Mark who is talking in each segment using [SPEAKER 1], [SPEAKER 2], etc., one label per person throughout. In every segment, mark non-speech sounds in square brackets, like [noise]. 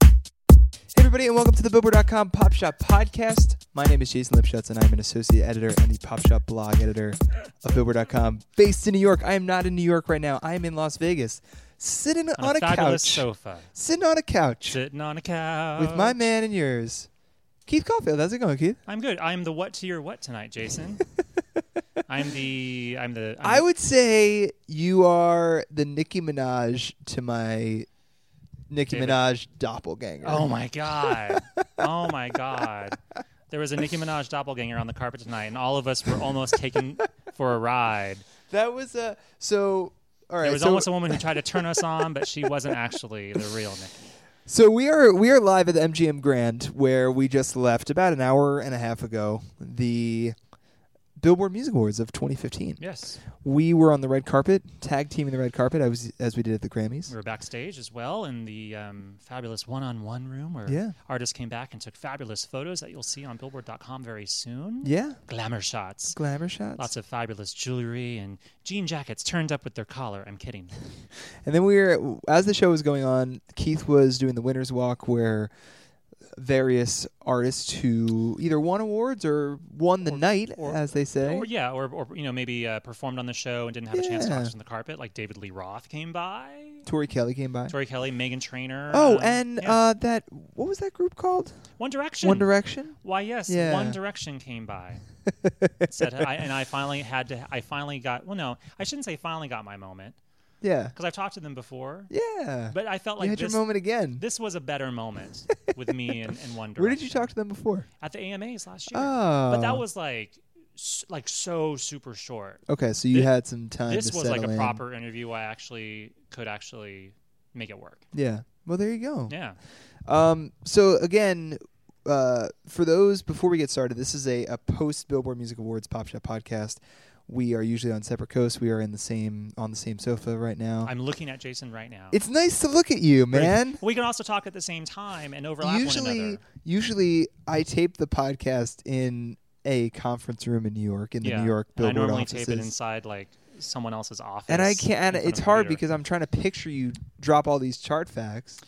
[SPEAKER 1] Hey everybody, and welcome to the Billboard.com Pop Shop Podcast. My name is Jason Lipschutz, and I'm an associate editor and the Pop Shop blog editor of Billboard.com, based in New York. I am not in New York right now. I am in Las Vegas, sitting on,
[SPEAKER 2] on, a,
[SPEAKER 1] couch,
[SPEAKER 2] fabulous sofa,
[SPEAKER 1] sitting on a couch
[SPEAKER 2] sitting on a couch
[SPEAKER 1] with my man and yours, Keith Caulfield. How's it going, Keith?
[SPEAKER 2] I'm good. I'm the what to your what tonight,
[SPEAKER 1] [laughs]
[SPEAKER 2] Jason. I'm the I'm the I'm
[SPEAKER 1] I would say you are the Nicki Minaj to my Nicki
[SPEAKER 2] David.
[SPEAKER 1] Minaj doppelganger.
[SPEAKER 2] The, oh my god. oh my god. There was a Nicki Minaj doppelganger on the carpet tonight, and all of us were almost taken for a ride.
[SPEAKER 1] that was a so. All right,
[SPEAKER 2] There was
[SPEAKER 1] so-
[SPEAKER 2] almost a woman who tried to turn us on, but she wasn't actually the real Nicki.
[SPEAKER 1] So we are we are live at the MGM Grand, where we just left about an hour and a half ago. The Billboard Music Awards of 2015.
[SPEAKER 2] Yes,
[SPEAKER 1] We were on the red carpet, tag teaming the red carpet. I was as we did at the Grammys.
[SPEAKER 2] we were backstage as well in the um, fabulous one-on-one room where
[SPEAKER 1] Yeah.
[SPEAKER 2] artists came back and took fabulous photos that you'll see on Billboard.com very soon.
[SPEAKER 1] Yeah,
[SPEAKER 2] glamour shots.
[SPEAKER 1] glamour shots.
[SPEAKER 2] Lots of fabulous jewelry and jean jackets turned up with their collar.
[SPEAKER 1] [laughs]
[SPEAKER 2] I'm kidding.
[SPEAKER 1] And then we were as the show was going on, Keith was doing the winners walk where various artists who either won awards or won the night,
[SPEAKER 2] or-
[SPEAKER 1] as they say.
[SPEAKER 2] Or yeah, or, or you know maybe uh, performed on the show and didn't have a chance to
[SPEAKER 1] Yeah.
[SPEAKER 2] watch on the carpet. Like David Lee Roth came by,
[SPEAKER 1] Tori Kelly came by.
[SPEAKER 2] Tori Kelly, Megan Trainor.
[SPEAKER 1] oh,
[SPEAKER 2] um,
[SPEAKER 1] and
[SPEAKER 2] yeah.
[SPEAKER 1] uh, that what was that group called?
[SPEAKER 2] One Direction.
[SPEAKER 1] One Direction.
[SPEAKER 2] Why yes,
[SPEAKER 1] Yeah.
[SPEAKER 2] One Direction
[SPEAKER 1] [laughs]
[SPEAKER 2] came by. Said I, and I finally had to. I finally got. Well, no, I shouldn't say finally got my moment
[SPEAKER 1] Yeah.
[SPEAKER 2] because I've talked to them before.
[SPEAKER 1] Yeah.
[SPEAKER 2] But I felt
[SPEAKER 1] you
[SPEAKER 2] like
[SPEAKER 1] had
[SPEAKER 2] this,
[SPEAKER 1] your moment again.
[SPEAKER 2] this was a
[SPEAKER 1] [laughs]
[SPEAKER 2] better moment with me and, and One Direction.
[SPEAKER 1] Where did you talk to them before?
[SPEAKER 2] at the AMAs last year.
[SPEAKER 1] Oh.
[SPEAKER 2] But that was like s- like so super short.
[SPEAKER 1] Okay, so you
[SPEAKER 2] Thi-
[SPEAKER 1] had some time.
[SPEAKER 2] This
[SPEAKER 1] to
[SPEAKER 2] was like
[SPEAKER 1] settle
[SPEAKER 2] a
[SPEAKER 1] in.
[SPEAKER 2] proper interview. I actually could actually make it work.
[SPEAKER 1] Yeah. Well, there you go.
[SPEAKER 2] Yeah.
[SPEAKER 1] Um, so again, uh, for those before we get started, this is a, a post Billboard Music Awards Pop Shop podcast. We are usually on separate coasts. We are in the same on the same sofa right now.
[SPEAKER 2] I'm looking at Jason right now.
[SPEAKER 1] it's nice to look at you,
[SPEAKER 2] But [laughs]
[SPEAKER 1] man.
[SPEAKER 2] We can also talk at the same time and overlap one
[SPEAKER 1] usually,
[SPEAKER 2] another.
[SPEAKER 1] usually I tape the podcast in a conference room in New York in the
[SPEAKER 2] yeah.
[SPEAKER 1] New York
[SPEAKER 2] and I
[SPEAKER 1] Billboard
[SPEAKER 2] normally
[SPEAKER 1] offices.
[SPEAKER 2] tape it inside like someone else's office.
[SPEAKER 1] and I can't.
[SPEAKER 2] in front
[SPEAKER 1] It's
[SPEAKER 2] of a
[SPEAKER 1] hard
[SPEAKER 2] computer.
[SPEAKER 1] because I'm trying to picture you drop all these chart facts.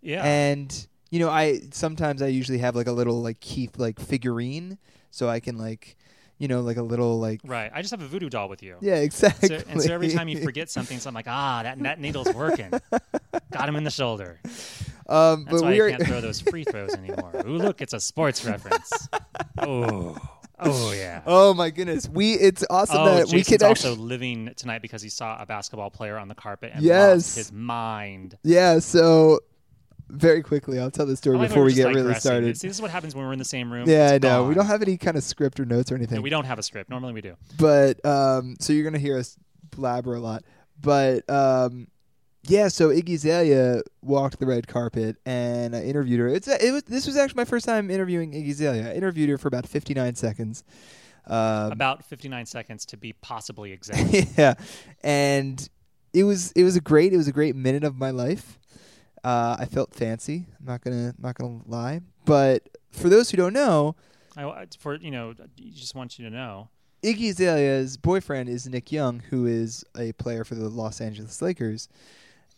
[SPEAKER 2] yeah.
[SPEAKER 1] and you know i sometimes i usually have like a little like keith like figurine so i can like you know like a little like
[SPEAKER 2] right. I just have a voodoo doll with you.
[SPEAKER 1] [laughs] yeah exactly
[SPEAKER 2] So, and so every time you forget something, so I'm like, ah, that, that needle's working. Got him in the shoulder.
[SPEAKER 1] um
[SPEAKER 2] That's
[SPEAKER 1] but
[SPEAKER 2] why
[SPEAKER 1] we
[SPEAKER 2] I
[SPEAKER 1] are [laughs]
[SPEAKER 2] can't throw those free throws anymore. Ooh, look, it's a sports reference. Oh, oh yeah.
[SPEAKER 1] [laughs] oh my goodness we it's awesome
[SPEAKER 2] oh,
[SPEAKER 1] that we
[SPEAKER 2] Jason's
[SPEAKER 1] could
[SPEAKER 2] also
[SPEAKER 1] actually
[SPEAKER 2] living tonight because he saw a basketball player on the carpet and
[SPEAKER 1] Yes.
[SPEAKER 2] lost his mind.
[SPEAKER 1] yeah so very quickly i'll tell the
[SPEAKER 2] Oh, I
[SPEAKER 1] story
[SPEAKER 2] like when
[SPEAKER 1] before
[SPEAKER 2] we're
[SPEAKER 1] we
[SPEAKER 2] just
[SPEAKER 1] get really
[SPEAKER 2] digressing.
[SPEAKER 1] started
[SPEAKER 2] See, this is what happens when we're in the same room.
[SPEAKER 1] yeah i
[SPEAKER 2] It's
[SPEAKER 1] know we
[SPEAKER 2] gone.
[SPEAKER 1] don't have any kind of script or notes or anything
[SPEAKER 2] No, we don't have a script. Normally we do.
[SPEAKER 1] but um, so you're gonna hear us blabber a lot. But um, yeah, so Iggy Azalea walked the red carpet, and I interviewed her. It's it was this was actually my first time interviewing Iggy Azalea. I interviewed her for about 59 seconds. Um,
[SPEAKER 2] About 59 seconds to be possibly
[SPEAKER 1] [laughs]
[SPEAKER 2] exact.
[SPEAKER 1] yeah, and it was it was a great it was a great minute of my life. Uh, I felt fancy. I'm not gonna not gonna lie. But for those who don't know,
[SPEAKER 2] I, for you know, just want you to know.
[SPEAKER 1] Iggy Azalea's boyfriend is Nick Young, who is a player for the Los Angeles Lakers.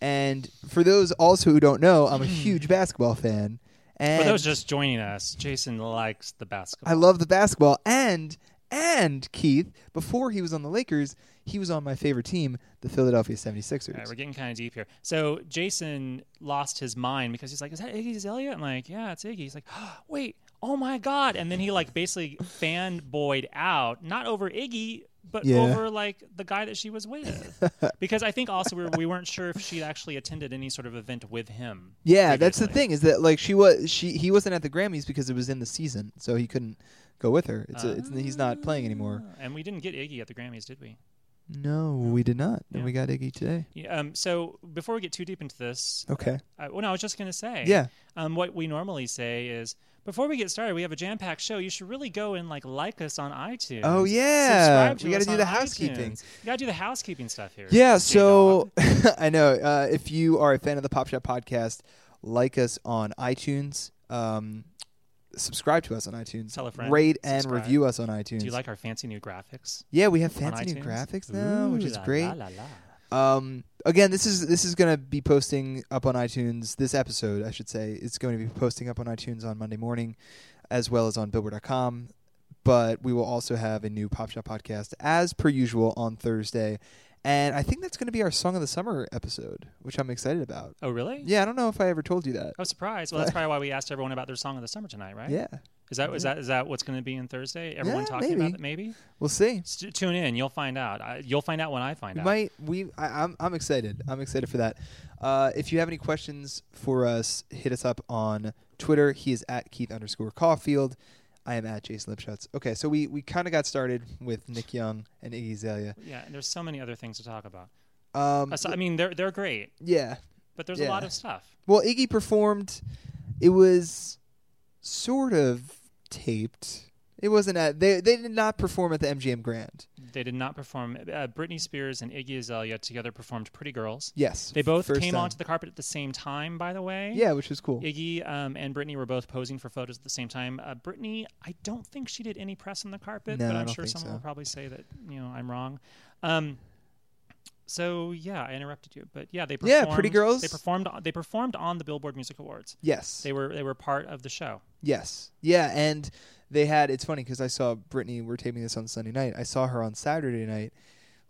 [SPEAKER 1] And for those also who don't know, I'm a huge basketball fan. And
[SPEAKER 2] Hmm. For those just joining us, Jason likes the basketball.
[SPEAKER 1] I love the basketball. And and Keith, before he was on the Lakers, he was on my favorite team, the Philadelphia 76ers.
[SPEAKER 2] All right, we're getting kind of deep here. So Jason lost his mind because he's like, "Is that Iggy Azalea?" I'm like, "Yeah, it's Iggy." He's like, [gasps] "Wait, oh my god!" And then he like basically fanboyed out, not over Iggy, but
[SPEAKER 1] Yeah.
[SPEAKER 2] over like the guy that she
[SPEAKER 1] [laughs]
[SPEAKER 2] was with, because I think also we, were, we weren't sure if she actually attended any sort of event with him.
[SPEAKER 1] yeah, that's the
[SPEAKER 2] previously.
[SPEAKER 1] thing is that like she was she he wasn't at the Grammys because it was in the season, so he couldn't go with her. It's, a, it's he's not playing anymore.
[SPEAKER 2] And we didn't get Iggy at the Grammys, did we?
[SPEAKER 1] No, we did not. And we got Iggy today.
[SPEAKER 2] Yeah, Um, so before we get too deep into this,
[SPEAKER 1] Okay.
[SPEAKER 2] I, well, no, I was just going to say,
[SPEAKER 1] Yeah.
[SPEAKER 2] Um, what we normally say is, before we get started, we have a jam-packed show. You should really go and like like us on iTunes.
[SPEAKER 1] Oh, yeah.
[SPEAKER 2] Subscribe to
[SPEAKER 1] We gotta
[SPEAKER 2] us
[SPEAKER 1] do
[SPEAKER 2] on
[SPEAKER 1] the housekeeping.
[SPEAKER 2] iTunes. You gotta do the housekeeping stuff here.
[SPEAKER 1] Yeah,
[SPEAKER 2] J-Dog.
[SPEAKER 1] so [laughs] I know uh, if you are a fan of the Pop Shop podcast, like us on iTunes, um, subscribe to us on iTunes,
[SPEAKER 2] Tell a friend,
[SPEAKER 1] rate and
[SPEAKER 2] subscribe.
[SPEAKER 1] review us on iTunes.
[SPEAKER 2] do you like our fancy new graphics?
[SPEAKER 1] Yeah, we have
[SPEAKER 2] on
[SPEAKER 1] fancy new
[SPEAKER 2] iTunes?
[SPEAKER 1] graphics now, which
[SPEAKER 2] Ooh,
[SPEAKER 1] is
[SPEAKER 2] la,
[SPEAKER 1] great.
[SPEAKER 2] la, la, la.
[SPEAKER 1] Um, again, this is this is going to be posting up on iTunes. This episode, I should say, it's going to be posting up on iTunes on Monday morning, as well as on Billboard.com. But we will also have a new Pop Shop podcast, as per usual, on Thursday. And I think that's going to be our Song of the Summer episode, which I'm excited about.
[SPEAKER 2] Oh, really?
[SPEAKER 1] Yeah, I don't know if I ever told you that.
[SPEAKER 2] I was
[SPEAKER 1] [laughs]
[SPEAKER 2] surprised. Well, that's probably why we asked everyone about their song of the summer tonight, right?
[SPEAKER 1] Yeah,
[SPEAKER 2] Is that is that is that what's going to be in Thursday? Everyone
[SPEAKER 1] Yeah,
[SPEAKER 2] talking
[SPEAKER 1] maybe.
[SPEAKER 2] about it, maybe.
[SPEAKER 1] we'll see.
[SPEAKER 2] St- tune in. You'll find out. I, you'll find out when I find
[SPEAKER 1] We
[SPEAKER 2] out.
[SPEAKER 1] might we I, I'm I'm excited. I'm excited for that. Uh, if you have any questions for us, hit us up on Twitter. He is at Keith underscore Caulfield. I am at Jason Lipschutz. Okay, so we we kind of got started with Nick Young and Iggy Azalea.
[SPEAKER 2] Yeah, and there's so many other things to talk about.
[SPEAKER 1] Um,
[SPEAKER 2] Asi- I mean, they're they're great,
[SPEAKER 1] yeah.
[SPEAKER 2] but there's
[SPEAKER 1] Yeah.
[SPEAKER 2] a lot of stuff.
[SPEAKER 1] Well, Iggy performed. It was sort of taped. It wasn't at they they did not perform at the MGM Grand.
[SPEAKER 2] They did not perform. Uh, Britney Spears and Iggy Azalea together performed "Pretty Girls."
[SPEAKER 1] Yes,
[SPEAKER 2] They both
[SPEAKER 1] first
[SPEAKER 2] came
[SPEAKER 1] time.
[SPEAKER 2] onto the carpet at the same time, by the way.
[SPEAKER 1] yeah, which was cool.
[SPEAKER 2] Iggy um, and Britney were both posing for photos at the same time. Uh, Britney, I don't think she did any press on the carpet,
[SPEAKER 1] No,
[SPEAKER 2] but
[SPEAKER 1] I
[SPEAKER 2] I'm
[SPEAKER 1] don't
[SPEAKER 2] sure
[SPEAKER 1] think
[SPEAKER 2] someone
[SPEAKER 1] so.
[SPEAKER 2] will probably say that you know I'm wrong. Um, so yeah, I interrupted you, but yeah, they
[SPEAKER 1] Yeah,
[SPEAKER 2] performed,
[SPEAKER 1] Pretty Girls.
[SPEAKER 2] They performed. They performed on the Billboard Music Awards.
[SPEAKER 1] yes,
[SPEAKER 2] They were they were part of the show.
[SPEAKER 1] Yes. Yeah, and they had. It's funny because I saw Brittany. We're taping this on Sunday night. I saw her on Saturday night.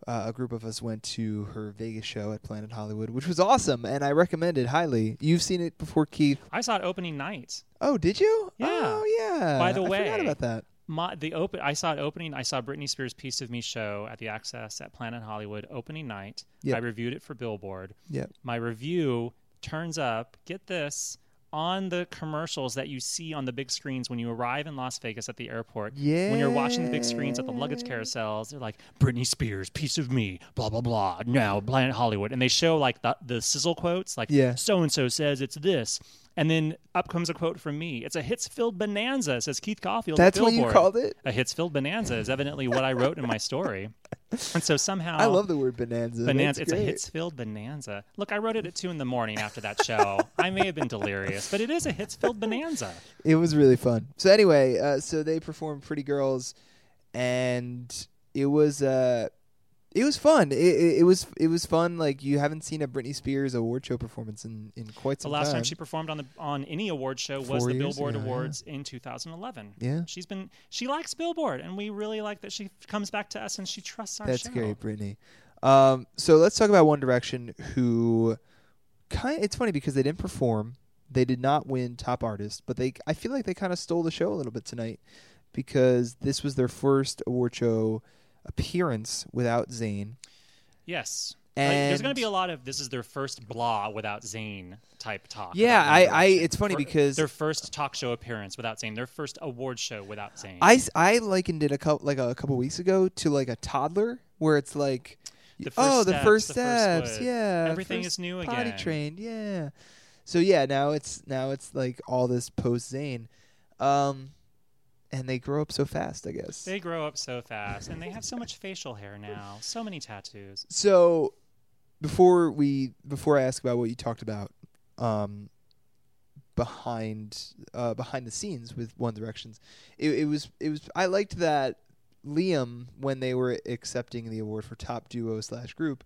[SPEAKER 1] Uh, a group of us went to her Vegas show at Planet Hollywood, which was awesome, and I recommend it highly. You've seen it before, Keith.
[SPEAKER 2] I saw it opening night.
[SPEAKER 1] Oh, did you?
[SPEAKER 2] Yeah.
[SPEAKER 1] Oh, yeah.
[SPEAKER 2] By the
[SPEAKER 1] I
[SPEAKER 2] way-
[SPEAKER 1] forgot about that.
[SPEAKER 2] my the open I saw it opening I saw Britney Spears Piece of Me show at the Access at Planet Hollywood opening night.
[SPEAKER 1] Yep.
[SPEAKER 2] I reviewed it for Billboard.
[SPEAKER 1] Yep.
[SPEAKER 2] My review turns up, get this, on the commercials that you see on the big screens when you arrive in Las Vegas at the airport. When you're watching the big screens at the luggage carousels, they're like Britney Spears Piece of Me, blah blah blah. Now Planet Hollywood and they show like the the sizzle quotes like
[SPEAKER 1] Yeah.
[SPEAKER 2] so and so says it's this. And then up comes a quote from me. It's a hits-filled bonanza, says Keith Caulfield. at
[SPEAKER 1] That's what you
[SPEAKER 2] Billboard.
[SPEAKER 1] called it?
[SPEAKER 2] A Hitsfield Bonanza is evidently what I wrote in my story. And so somehow
[SPEAKER 1] [laughs] I love the word bonanza.
[SPEAKER 2] um, bonanza.
[SPEAKER 1] That's
[SPEAKER 2] It's a
[SPEAKER 1] great.
[SPEAKER 2] Hitsfield Bonanza. Look, I wrote it at two in the morning after that show. I may have been delirious, but it is a
[SPEAKER 1] [laughs]
[SPEAKER 2] Hitsfield Bonanza.
[SPEAKER 1] It was really fun. So anyway, uh, so they performed Pretty Girls, and it was uh, it was fun. It, it, it was it was fun. Like you haven't seen a Britney Spears award show performance in in quite
[SPEAKER 2] The
[SPEAKER 1] some
[SPEAKER 2] last time she performed on the on any award show was
[SPEAKER 1] Four
[SPEAKER 2] the
[SPEAKER 1] years
[SPEAKER 2] Billboard
[SPEAKER 1] ago, yeah.
[SPEAKER 2] Awards in 2011.
[SPEAKER 1] Yeah.
[SPEAKER 2] she's been she likes Billboard, and we really like that she comes back to us and she trusts our
[SPEAKER 1] That's
[SPEAKER 2] show.
[SPEAKER 1] great, Britney. Um, so let's talk about One Direction, who kind. It's funny because they didn't perform. They did not win top artist, but they I feel like they kind of stole the show a little bit tonight because this was their first award show appearance without Zayn.
[SPEAKER 2] Yes. Like, there's going
[SPEAKER 1] And-
[SPEAKER 2] to be a lot of this is their first blah without Zayn type talk.
[SPEAKER 1] Yeah,
[SPEAKER 2] about
[SPEAKER 1] I-
[SPEAKER 2] One Direction.
[SPEAKER 1] I- it's funny
[SPEAKER 2] Fir-
[SPEAKER 1] because-
[SPEAKER 2] their first talk show appearance without Zayn, their first award show without Zayn.
[SPEAKER 1] I, s- I likened it a couple like a couple weeks ago to like a toddler where it's like
[SPEAKER 2] The first
[SPEAKER 1] oh the
[SPEAKER 2] steps,
[SPEAKER 1] first
[SPEAKER 2] the first
[SPEAKER 1] steps
[SPEAKER 2] foot.
[SPEAKER 1] yeah
[SPEAKER 2] Everything
[SPEAKER 1] first
[SPEAKER 2] is new
[SPEAKER 1] potty
[SPEAKER 2] again.
[SPEAKER 1] trained yeah so yeah now it's now it's like all this post Zane um and they grow up so fast I guess
[SPEAKER 2] they grow up so fast, and they have so much facial hair now, so many tattoos.
[SPEAKER 1] so before we before I ask about what you talked about um behind uh behind the scenes with One Directions it, it was it was I liked that Liam when they were accepting the award for top duo slash group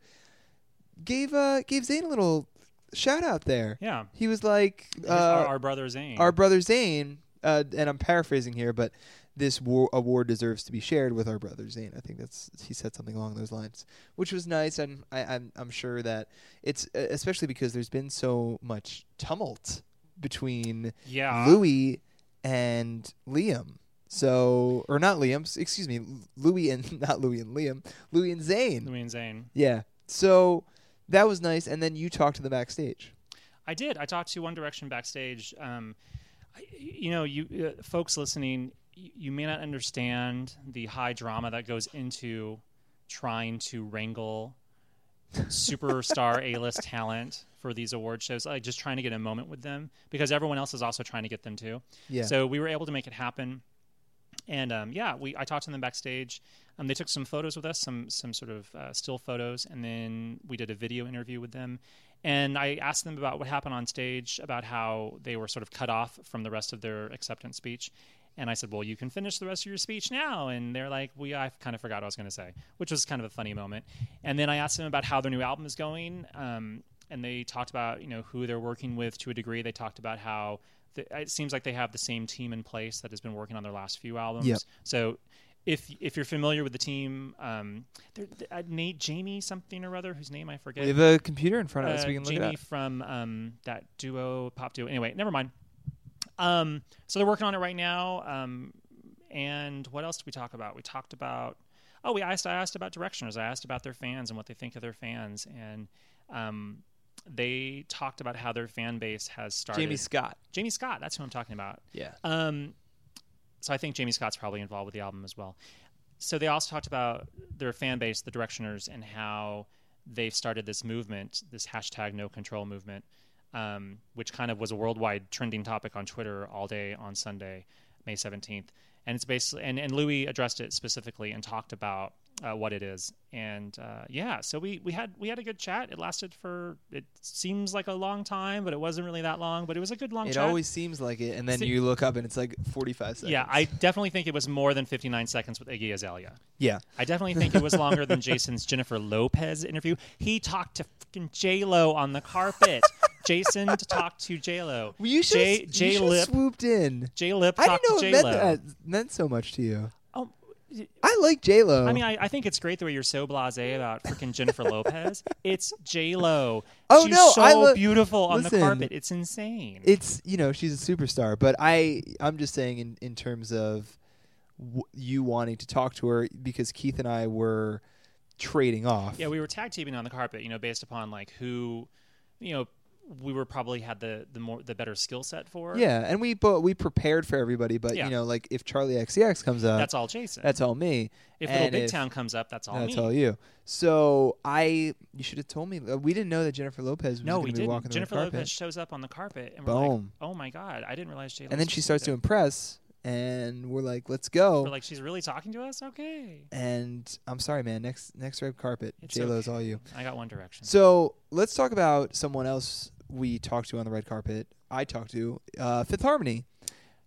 [SPEAKER 1] gave uh gave Zayn a little shout out there
[SPEAKER 2] Yeah,
[SPEAKER 1] he was like
[SPEAKER 2] Here's
[SPEAKER 1] uh,
[SPEAKER 2] our, our brother Zayn.
[SPEAKER 1] our brother Zayn, uh, and I'm paraphrasing here, but this war- award deserves to be shared with our brother Zane. I think that's he said something along those lines, which was nice. And I, I'm I'm sure that it's e, especially because there's been so much tumult between
[SPEAKER 2] Yeah.
[SPEAKER 1] Louis and Liam. So or not Liam, s- excuse me, Louis and [laughs] not Louis and Liam, Louis and Zane.
[SPEAKER 2] Louis and Zane.
[SPEAKER 1] Yeah. So that was nice. And then you talked to them backstage.
[SPEAKER 2] I did. I talked to One Direction backstage. Um, I, you know, you uh, folks listening, you, you may not understand the high drama that goes into trying to wrangle superstar A-list talent for these award shows. Like just trying to get a moment with them because everyone else is also trying to get them too.
[SPEAKER 1] Yeah.
[SPEAKER 2] So we were able to make it happen. And um, yeah, we I talked to them backstage. Um, they took some photos with us, some some sort of uh, still photos, and then we did a video interview with them. And I asked them about what happened on stage, about how they were sort of cut off from the rest of their acceptance speech. And I said, "Well, you can finish the rest of your speech now." And they're like, "We, I kind of forgot what I was going to say," which was kind of a funny moment. And then I asked them about how their new album is going, um, and they talked about you know who they're working with to a degree. They talked about how th- it seems like they have the same team in place that has been working on their last few albums.
[SPEAKER 1] Yep.
[SPEAKER 2] So if if you're familiar with the team, um, they're, uh, Nate Jamie something or other, whose name I forget.
[SPEAKER 1] We have a computer in front of us.
[SPEAKER 2] Uh,
[SPEAKER 1] We can look
[SPEAKER 2] Jamie
[SPEAKER 1] at it up.
[SPEAKER 2] from um, that duo, pop duo. Anyway, never mind. Um, so they're working on it right now. Um, and what else did we talk about? We talked about oh, we asked I asked about directioners. I asked about their fans and what they think of their fans, and um, they talked about how their fan base has started.
[SPEAKER 1] Jamie Scott.
[SPEAKER 2] Jamie Scott. That's who I'm talking about.
[SPEAKER 1] Yeah.
[SPEAKER 2] Um, so I think Jamie Scott's probably involved with the album as well. So they also talked about their fan base, the Directioners, and how they've started this movement, this hashtag No Control movement, um, which kind of was a worldwide trending topic on Twitter all day on Sunday, May seventeenth. And it's basically and, and Louis addressed it specifically and talked about uh, what it is. And uh, yeah, so we we had we had a good chat. It lasted for it seems like a long time, but it wasn't really that long. But it was a good long.
[SPEAKER 1] It
[SPEAKER 2] chat.
[SPEAKER 1] always seems like it, and then
[SPEAKER 2] See-
[SPEAKER 1] you look up and it's like 45 seconds.
[SPEAKER 2] Yeah, I definitely think it was more than 59 seconds with Iggy Azalea.
[SPEAKER 1] yeah.
[SPEAKER 2] I definitely think it was longer
[SPEAKER 1] [laughs]
[SPEAKER 2] than Jason's Jennifer Lopez interview. He talked to fucking J Lo on
[SPEAKER 1] [laughs]
[SPEAKER 2] the carpet. Jason talked to J Lo.
[SPEAKER 1] Well, you should
[SPEAKER 2] J
[SPEAKER 1] have
[SPEAKER 2] J Lip.
[SPEAKER 1] swooped in.
[SPEAKER 2] J Lip
[SPEAKER 1] I didn't
[SPEAKER 2] talked
[SPEAKER 1] know
[SPEAKER 2] to
[SPEAKER 1] it
[SPEAKER 2] J
[SPEAKER 1] meant,
[SPEAKER 2] Lo.
[SPEAKER 1] that, meant so much to you.
[SPEAKER 2] Oh,
[SPEAKER 1] I like J Lo.
[SPEAKER 2] I mean, I, I think it's great the way you're so blasé about freaking Jennifer Lopez. It's J Lo.
[SPEAKER 1] Oh,
[SPEAKER 2] She's
[SPEAKER 1] no,
[SPEAKER 2] so
[SPEAKER 1] I lo-
[SPEAKER 2] beautiful on
[SPEAKER 1] Listen.
[SPEAKER 2] the carpet. It's insane.
[SPEAKER 1] it's you know she's a superstar, but I I'm just saying in in terms of w- you wanting to talk to her because Keith and I were trading off.
[SPEAKER 2] Yeah, we were tag teaming on the carpet, you know, based upon like who, you know, we were probably had the the more the better skill set for.
[SPEAKER 1] Yeah, and we but we prepared for everybody, but
[SPEAKER 2] Yeah.
[SPEAKER 1] you know, like if Charlie XCX comes up,
[SPEAKER 2] that's all Jason.
[SPEAKER 1] that's all me.
[SPEAKER 2] if
[SPEAKER 1] And
[SPEAKER 2] Little Big
[SPEAKER 1] if-
[SPEAKER 2] Town comes up, that's all
[SPEAKER 1] that's
[SPEAKER 2] me.
[SPEAKER 1] all you. So I, you should have told me. uh, We didn't know that Jennifer Lopez was
[SPEAKER 2] No,
[SPEAKER 1] going
[SPEAKER 2] we
[SPEAKER 1] to be walking
[SPEAKER 2] didn't.
[SPEAKER 1] the
[SPEAKER 2] Jennifer
[SPEAKER 1] red carpet,
[SPEAKER 2] Lopez shows up on the carpet, and we're
[SPEAKER 1] Boom.
[SPEAKER 2] like, "Oh my god, I didn't realize." J-Lo
[SPEAKER 1] and then
[SPEAKER 2] was
[SPEAKER 1] she starts to
[SPEAKER 2] there."
[SPEAKER 1] impress, and we're like, let's go.
[SPEAKER 2] We're like, "She's really talking to us." Okay,
[SPEAKER 1] and I'm sorry, man. Next next red carpet,
[SPEAKER 2] It's
[SPEAKER 1] J Lo's
[SPEAKER 2] okay.
[SPEAKER 1] all you.
[SPEAKER 2] I got One Direction.
[SPEAKER 1] So let's talk about someone else we talked to on the red carpet. I talked to uh, Fifth Harmony.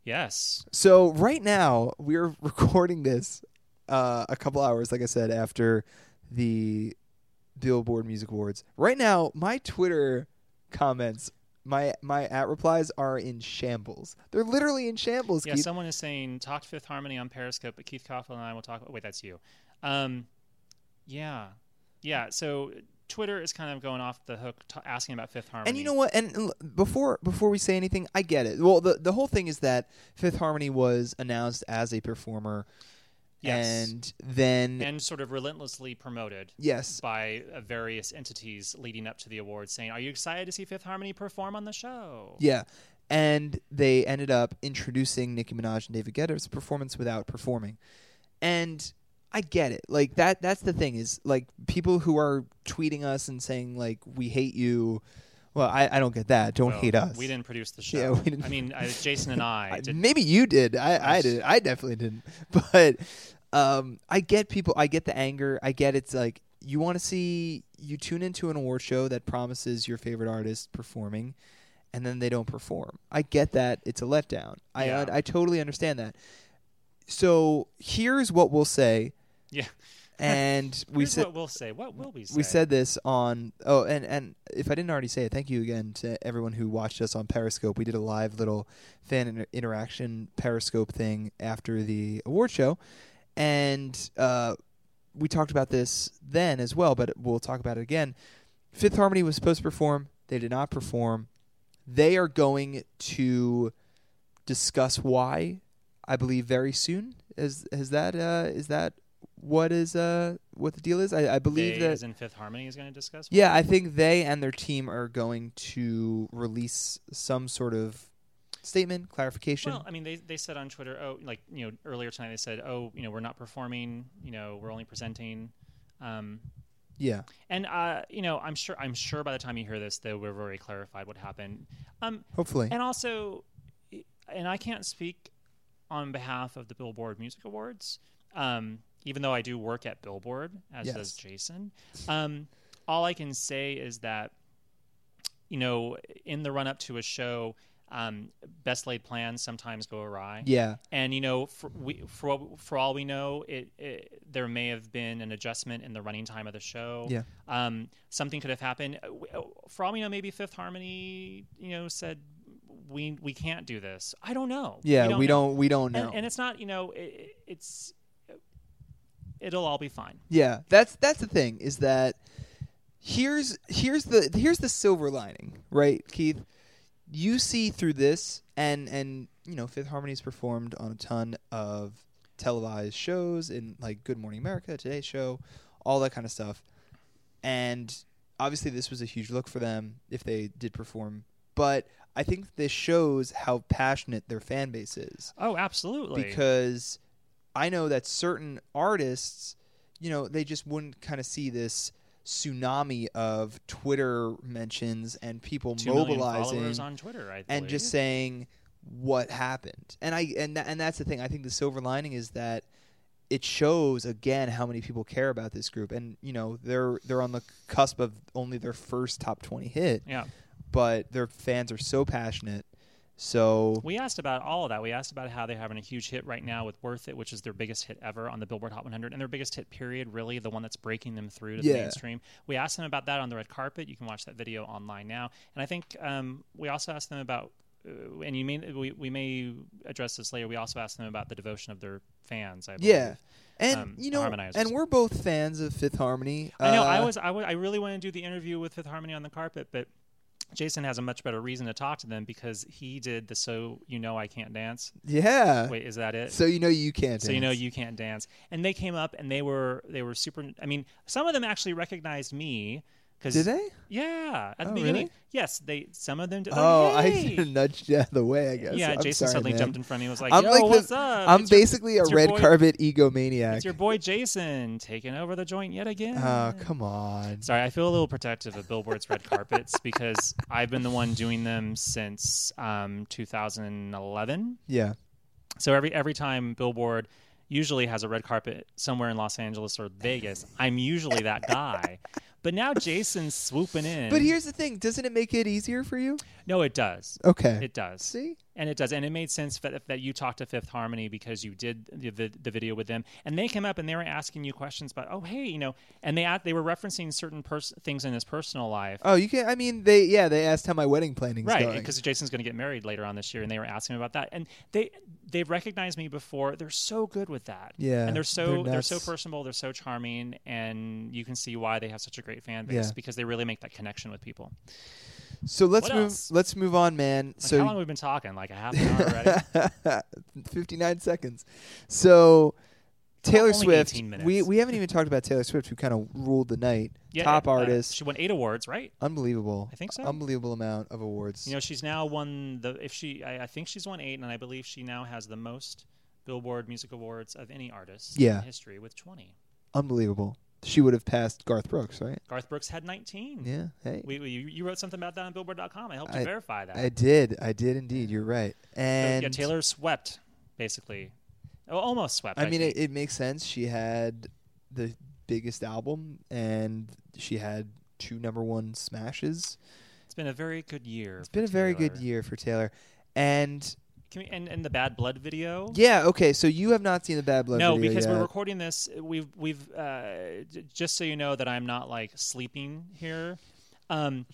[SPEAKER 2] yes,
[SPEAKER 1] So right now we're [laughs] recording this uh, a couple hours, like I said, after the Billboard Music Awards. Right now, my Twitter comments, my my at replies are in shambles. They're literally in shambles.
[SPEAKER 2] yeah.
[SPEAKER 1] Keith.
[SPEAKER 2] Someone is saying, "Talk to Fifth Harmony on Periscope," but Keith Coughlin and I will talk. Wait, that's you. Um, yeah, yeah. So Twitter is kind of going off the hook, t- asking about Fifth Harmony.
[SPEAKER 1] and you know what? And l- before before we say anything, I get it. Well, the the whole thing is that Fifth Harmony was announced as a performer,
[SPEAKER 2] Yes.
[SPEAKER 1] and then
[SPEAKER 2] and sort of relentlessly promoted
[SPEAKER 1] yes,
[SPEAKER 2] by uh, various entities leading up to the awards saying, Are you excited to see Fifth Harmony perform on the show?
[SPEAKER 1] Yeah. And they ended up introducing Nicki Minaj and David Guetta's performance without performing. And I get it. Like that that's the thing is like people who are tweeting us and saying like we hate you. Well, I, I don't get that. Don't
[SPEAKER 2] Well,
[SPEAKER 1] hate us.
[SPEAKER 2] We didn't produce the show.
[SPEAKER 1] Yeah, we didn't-
[SPEAKER 2] I mean,
[SPEAKER 1] [laughs]
[SPEAKER 2] uh, Jason and I
[SPEAKER 1] I-
[SPEAKER 2] did.
[SPEAKER 1] Maybe you did. I, I did. I definitely didn't. [laughs] But um, I get people. I get the anger. I get it's like you want to see. You tune into an award show that promises your favorite artist performing, and then they don't perform. I get that. It's a letdown. I
[SPEAKER 2] Yeah. [laughs]
[SPEAKER 1] I totally understand that. So here's what we'll say.
[SPEAKER 2] yeah.
[SPEAKER 1] and we
[SPEAKER 2] Here's
[SPEAKER 1] said
[SPEAKER 2] what we'll say. What will we say?
[SPEAKER 1] we said this on oh and and if I didn't already say it, thank you again to everyone who watched us on Periscope. We did a live little fan inter- interaction Periscope thing after the award show, and uh, we talked about this then as well. But we'll talk about it again. Fifth Harmony was supposed to perform. They did not perform. They are going to discuss why. I believe very soon. Is is that uh, is that what is uh what the deal is? I, I believe
[SPEAKER 2] They,
[SPEAKER 1] that
[SPEAKER 2] as in Fifth Harmony is going to discuss.
[SPEAKER 1] yeah, I think they and their team are going to release some sort of statement, clarification.
[SPEAKER 2] Well, I mean, they, they said on Twitter, oh, like you know, earlier tonight they said, oh, you know, we're not performing, you know, we're only presenting, um,
[SPEAKER 1] yeah.
[SPEAKER 2] and uh, you know, I'm sure I'm sure by the time you hear this, though, we're very clarified what happened. Um,
[SPEAKER 1] Hopefully.
[SPEAKER 2] and also, and I can't speak on behalf of the Billboard Music Awards, um, even though I do work at Billboard, as
[SPEAKER 1] Yes.
[SPEAKER 2] does Jason. Um, all I can say is that, you know, in the run up to a show, um, best laid plans sometimes go awry.
[SPEAKER 1] Yeah.
[SPEAKER 2] And you know, for, we, for all- for all we know, it, it there may have been an adjustment in the running time of the show.
[SPEAKER 1] Yeah.
[SPEAKER 2] Um, something could have happened. Uh, we- uh, For all we know, maybe Fifth Harmony, you know, said we we can't do this. I don't know.
[SPEAKER 1] Yeah, we
[SPEAKER 2] know.
[SPEAKER 1] don't we don't know.
[SPEAKER 2] And, and it's not, you know, it, it's it'll all be fine.
[SPEAKER 1] Yeah, that's that's the thing is that here's here's the here's the silver lining, right, Keith? You see through this, and and you know Fifth Harmony's performed on a ton of televised shows in like Good Morning America, Today Show, all that kind of stuff, and obviously this was a huge look for them if they did perform, but. I think this shows how passionate their fan base is
[SPEAKER 2] Oh, absolutely.
[SPEAKER 1] because I know that certain artists, you know, they just wouldn't kind of see this tsunami of Twitter mentions and people
[SPEAKER 2] Two million
[SPEAKER 1] mobilizing
[SPEAKER 2] followers on Twitter, I
[SPEAKER 1] and
[SPEAKER 2] believe.
[SPEAKER 1] just saying what happened. And I and tha- and that's the thing. I think the silver lining is that it shows again how many people care about this group and you know they're they're on the cusp of only their first top 20 hit
[SPEAKER 2] yeah.
[SPEAKER 1] but their fans are so passionate so
[SPEAKER 2] We asked about all of that. We asked about how they're having a huge hit right now with Worth It, which is their biggest hit ever on the Billboard Hot 100, and their biggest hit period, really, the one that's breaking them through to the
[SPEAKER 1] Yeah.
[SPEAKER 2] mainstream. We asked them about that on the red carpet. You can watch that video online now. And I think um, we also asked them about, uh, and you may we, we may address this later. We also asked them about the devotion of their fans. I believe.
[SPEAKER 1] Yeah, and
[SPEAKER 2] um,
[SPEAKER 1] you know,
[SPEAKER 2] harmonizers.
[SPEAKER 1] and we're both fans of Fifth Harmony.
[SPEAKER 2] I know. I
[SPEAKER 1] Uh,
[SPEAKER 2] was. I wa- I really want to do the interview with Fifth Harmony on the carpet, but Jason has a much better reason to talk to them because he did the "So You Know I Can't Dance."
[SPEAKER 1] Yeah.
[SPEAKER 2] Wait, is that it?
[SPEAKER 1] So you know you can't.
[SPEAKER 2] So you know
[SPEAKER 1] dance.
[SPEAKER 2] you can't dance. And they came up and they were they were super. I mean, some of them actually recognized me because
[SPEAKER 1] Did they?
[SPEAKER 2] Yeah, at the
[SPEAKER 1] Oh,
[SPEAKER 2] beginning.
[SPEAKER 1] really?
[SPEAKER 2] Yes, they. Some of them. Did,
[SPEAKER 1] Oh,
[SPEAKER 2] oh,
[SPEAKER 1] I
[SPEAKER 2] hey!
[SPEAKER 1] should have [laughs] nudged you out of the way. I guess.
[SPEAKER 2] Yeah,
[SPEAKER 1] I'm
[SPEAKER 2] Jason
[SPEAKER 1] sorry,
[SPEAKER 2] suddenly
[SPEAKER 1] man.
[SPEAKER 2] jumped in front of me. and Was like,
[SPEAKER 1] I'm
[SPEAKER 2] "Yo,
[SPEAKER 1] like the-
[SPEAKER 2] what's up?"
[SPEAKER 1] I'm
[SPEAKER 2] It's your-
[SPEAKER 1] basically a
[SPEAKER 2] it's your
[SPEAKER 1] red
[SPEAKER 2] boy-
[SPEAKER 1] carpet egomaniac.
[SPEAKER 2] It's your boy Jason taking over the joint yet again.
[SPEAKER 1] Oh, come on.
[SPEAKER 2] Sorry, I feel a little protective of Billboard's red carpets because I've been the one doing them since um, 2011.
[SPEAKER 1] Yeah.
[SPEAKER 2] So every every time Billboard usually has a red carpet somewhere in Los Angeles or Vegas, I'm usually that guy. But now Jason's swooping in.
[SPEAKER 1] But here's the thing. Doesn't it make it easier for you?
[SPEAKER 2] no, it does.
[SPEAKER 1] Okay.
[SPEAKER 2] It does.
[SPEAKER 1] See?
[SPEAKER 2] And it does. And it made sense that, that you talked to Fifth Harmony because you did the, the, the video with them. And they came up and they were asking you questions about, oh, hey, you know, and they act- they were referencing certain pers- things in his personal life.
[SPEAKER 1] Oh, you can. I mean, they. Yeah, they asked how my wedding planning's
[SPEAKER 2] right
[SPEAKER 1] going.
[SPEAKER 2] because jason's going to get married later on this year and they were asking about that and they they've recognized me before they're so good with that
[SPEAKER 1] Yeah,
[SPEAKER 2] and they're so
[SPEAKER 1] they're
[SPEAKER 2] they're, so
[SPEAKER 1] nuts.
[SPEAKER 2] personable they're so charming and you can see why they have such a great fan base
[SPEAKER 1] Yeah.
[SPEAKER 2] because they really make that connection with people
[SPEAKER 1] So let's
[SPEAKER 2] What
[SPEAKER 1] move.
[SPEAKER 2] else?
[SPEAKER 1] Let's move on, man.
[SPEAKER 2] like
[SPEAKER 1] so
[SPEAKER 2] how long have we been talking like a half an hour
[SPEAKER 1] [laughs]
[SPEAKER 2] already
[SPEAKER 1] 59 seconds. So Taylor
[SPEAKER 2] Only
[SPEAKER 1] Swift,
[SPEAKER 2] 18 minutes.
[SPEAKER 1] we we haven't even talked about Taylor Swift who kind of ruled the night. Top
[SPEAKER 2] uh,
[SPEAKER 1] artist,
[SPEAKER 2] she won eight awards right
[SPEAKER 1] unbelievable.
[SPEAKER 2] I think so.
[SPEAKER 1] Unbelievable amount of awards.
[SPEAKER 2] you know she's now won the if she i, I think she's won eight and i believe she now has the most billboard music awards of any artist
[SPEAKER 1] Yeah.
[SPEAKER 2] in history with 20
[SPEAKER 1] unbelievable. She would have passed Garth Brooks, right?
[SPEAKER 2] garth brooks had 19
[SPEAKER 1] Yeah. Hey.
[SPEAKER 2] We, we, you you wrote something about that on Billboard.com. I helped
[SPEAKER 1] I-
[SPEAKER 2] you verify that.
[SPEAKER 1] I did. I did indeed. You're right.
[SPEAKER 2] So,
[SPEAKER 1] And
[SPEAKER 2] yeah, Taylor swept basically, oh, almost swept. I,
[SPEAKER 1] I mean,
[SPEAKER 2] think.
[SPEAKER 1] it, it makes sense. She had the biggest album, and she had two number one smashes.
[SPEAKER 2] has been a very good year.
[SPEAKER 1] It's been a very good year for Taylor. And
[SPEAKER 2] Can we, and, and the Bad Blood video?
[SPEAKER 1] Yeah. Okay. So you have not seen the Bad Blood
[SPEAKER 2] No,
[SPEAKER 1] video
[SPEAKER 2] because
[SPEAKER 1] yet.
[SPEAKER 2] we're recording this. We've we've uh, j- just so you know that I'm not like sleeping here. Um,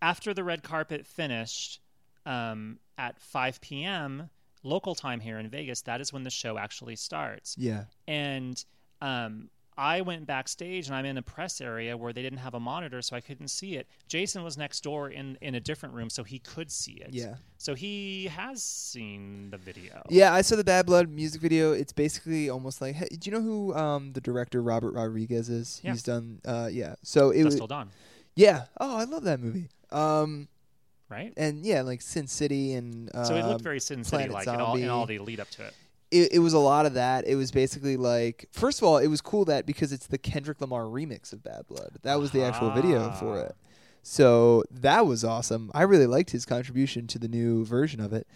[SPEAKER 2] after the red carpet finished um, at 5 p.m. local time here in Vegas, that is when the show actually starts.
[SPEAKER 1] yeah.
[SPEAKER 2] And um, I went backstage, and I'm in a press area where they didn't have a monitor, so I couldn't see it. Jason was next door in in a different room, so he could see it.
[SPEAKER 1] Yeah.
[SPEAKER 2] So he has seen the video.
[SPEAKER 1] Yeah, I saw the Bad Blood music video. It's basically almost like, hey, do you know who um, the director Robert Rodriguez is?
[SPEAKER 2] Yeah.
[SPEAKER 1] He's done, uh, yeah. So it
[SPEAKER 2] Dust
[SPEAKER 1] was,
[SPEAKER 2] Till Dawn,
[SPEAKER 1] yeah. Oh, I love that movie. Um,
[SPEAKER 2] right?
[SPEAKER 1] and yeah, like Sin City and um,
[SPEAKER 2] So it looked very Sin City
[SPEAKER 1] Planet
[SPEAKER 2] like in all, in
[SPEAKER 1] Zombie.
[SPEAKER 2] all the lead up to it.
[SPEAKER 1] It, it was a lot of that. It was basically like, first of all, it was cool that because it's the Kendrick Lamar remix of Bad Blood. That was the actual video for
[SPEAKER 2] Ah.
[SPEAKER 1] it. So that was awesome. I really liked his contribution to the new version of it.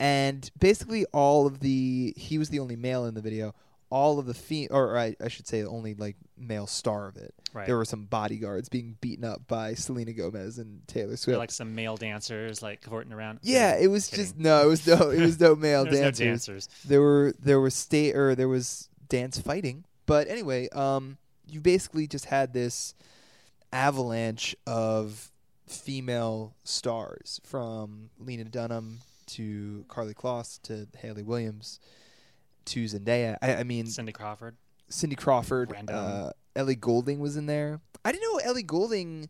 [SPEAKER 1] And basically, all of the he was the only male in the video. All of the fe or I, I should say, the only like male star of it.
[SPEAKER 2] Right.
[SPEAKER 1] There were some bodyguards being beaten up by Selena Gomez and Taylor
[SPEAKER 2] There were,
[SPEAKER 1] Swift.
[SPEAKER 2] like some male dancers like cavorting around.
[SPEAKER 1] yeah, it was
[SPEAKER 2] kidding.
[SPEAKER 1] just no, it was no, it
[SPEAKER 2] [laughs]
[SPEAKER 1] was no male
[SPEAKER 2] There's
[SPEAKER 1] dancers.
[SPEAKER 2] no dancers.
[SPEAKER 1] There were there was state or there was dance fighting, but anyway, um, you basically just had this avalanche of female stars from Lena Dunham to Carly Kloss to Haley Williams to Zendaya. I, I mean
[SPEAKER 2] Cindy Crawford.
[SPEAKER 1] Cindy Crawford,
[SPEAKER 2] Random.
[SPEAKER 1] uh, Ellie Golding was in there. I didn't know Ellie Golding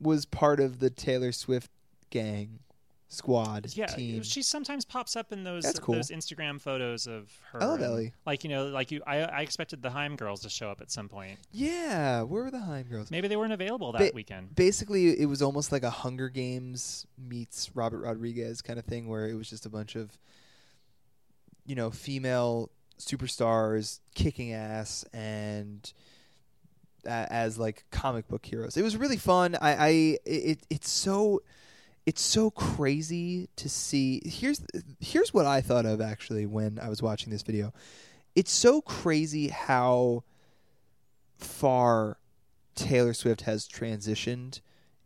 [SPEAKER 1] was part of the Taylor Swift gang squad
[SPEAKER 2] Yeah,
[SPEAKER 1] team.
[SPEAKER 2] she sometimes pops up in those
[SPEAKER 1] That's cool.
[SPEAKER 2] those Instagram photos of her.
[SPEAKER 1] I love
[SPEAKER 2] and,
[SPEAKER 1] Ellie.
[SPEAKER 2] Like you know, like you, I, I expected the Heim girls to show up at some point.
[SPEAKER 1] yeah, where were the Heim girls?
[SPEAKER 2] Maybe they weren't available that
[SPEAKER 1] Ba-
[SPEAKER 2] weekend.
[SPEAKER 1] Basically, it was almost like a Hunger Games meets Robert Rodriguez kind of thing, where it was just a bunch of, you know, female superstars kicking ass and uh, as like comic book heroes. It was really fun. I, I it, it's so it's so crazy to see. Here's here's what I thought of actually when I was watching this video. It's so crazy how far Taylor Swift has transitioned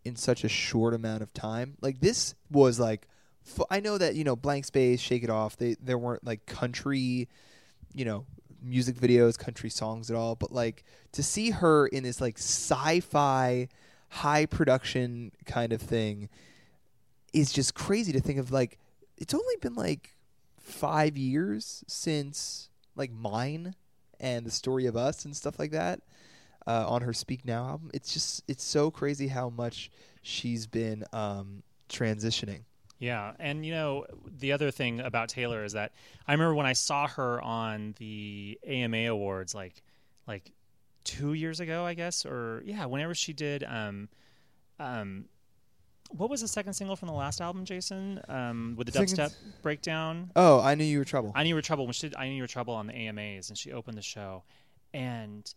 [SPEAKER 1] in such a short amount of time. Like this was like f- I know that you know Blank Space, Shake It Off, they there weren't like country, you know, music videos, country songs at all, but like to see her in this like sci-fi high production kind of thing is just crazy to think of like it's only been like 5 years since like Mine and The Story of Us and stuff like that uh, on her Speak Now album. It's just it's so crazy how much she's been um, transitioning.
[SPEAKER 2] Yeah, and you know the other thing about Taylor is that I remember when I saw her on the AMA Awards, like like two years ago, I guess, or yeah, whenever she did. Um, um, what was the second single from the last album, Jason? Um, with the
[SPEAKER 1] Second-
[SPEAKER 2] dubstep breakdown.
[SPEAKER 1] Oh, I knew you were trouble.
[SPEAKER 2] I knew you were trouble when she did I knew you were trouble on the AMAs, and she opened the show, and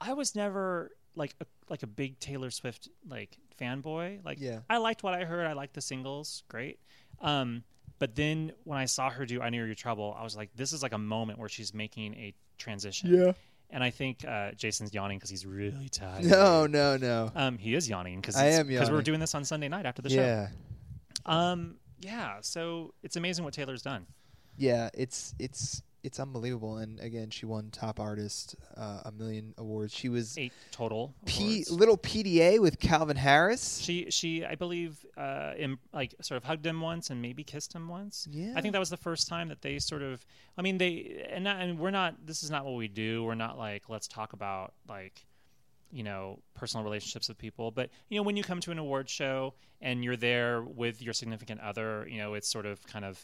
[SPEAKER 2] I was never like a, like a big Taylor Swift like fanboy. Like
[SPEAKER 1] Yeah.
[SPEAKER 2] I liked what I heard. I liked the singles, great. Um, but then when I saw her do I knew you were trouble, I was like, this is like a moment where she's making a transition. Yeah. And I think uh, Jason's yawning because he's really
[SPEAKER 1] [laughs]
[SPEAKER 2] tired.
[SPEAKER 1] no, no, no.
[SPEAKER 2] Um, he is yawning because
[SPEAKER 1] I am
[SPEAKER 2] because we're
[SPEAKER 1] yawning.
[SPEAKER 2] doing this on Sunday night after the show.
[SPEAKER 1] Yeah,
[SPEAKER 2] Um, yeah. So it's amazing what Taylor's done.
[SPEAKER 1] yeah. It's it's it's unbelievable. And again, she won top artist, uh, a million awards. She was
[SPEAKER 2] Eight total.
[SPEAKER 1] P-
[SPEAKER 2] awards.
[SPEAKER 1] little PDA with Calvin Harris.
[SPEAKER 2] She she I believe uh, im- like sort of hugged him once and maybe kissed him once.
[SPEAKER 1] Yeah.
[SPEAKER 2] I think that was the first time that they sort of I mean they and, not, and we're not this is not what we do. We're not like let's talk about like you know personal relationships with people, but you know when you come to an award show and you're there with your significant other, you know it's sort of kind of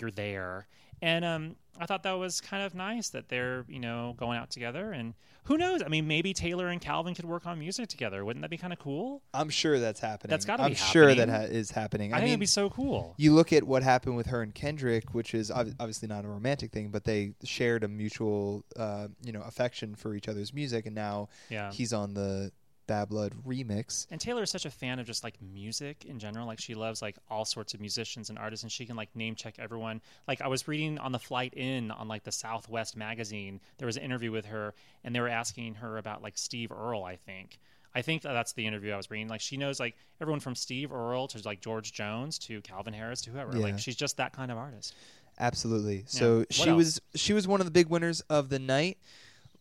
[SPEAKER 2] you're there. And um, I thought that was kind of nice that they're, you know, going out together. And who knows? I mean, maybe Taylor and Calvin could work on music together. Wouldn't that be kind of cool?
[SPEAKER 1] I'm sure that's happening.
[SPEAKER 2] That's gotta
[SPEAKER 1] I'm
[SPEAKER 2] be
[SPEAKER 1] sure that ha-
[SPEAKER 2] happening.
[SPEAKER 1] is happening.
[SPEAKER 2] I,
[SPEAKER 1] I,
[SPEAKER 2] think
[SPEAKER 1] mean,
[SPEAKER 2] it'd be so cool.
[SPEAKER 1] you look at what happened with her and Kendrick, which is ob- obviously not a romantic thing, but they shared a mutual, uh, you know, affection for each other's music, and now
[SPEAKER 2] Yeah.
[SPEAKER 1] he's on the Bad Blood remix.
[SPEAKER 2] and Taylor is such a fan of just like music in general. Like she loves like all sorts of musicians and artists, and she can like name check everyone. Like I was reading on the flight in on like the Southwest magazine, there was an interview with her, and they were asking her about like Steve Earle. I think, I think that that's the interview I was reading. Like she knows like everyone from Steve Earle to like George Jones to Calvin Harris to whoever.
[SPEAKER 1] Yeah.
[SPEAKER 2] Like she's just that kind of artist.
[SPEAKER 1] Absolutely. So
[SPEAKER 2] What
[SPEAKER 1] she
[SPEAKER 2] else?
[SPEAKER 1] was she was one of the big winners of the night.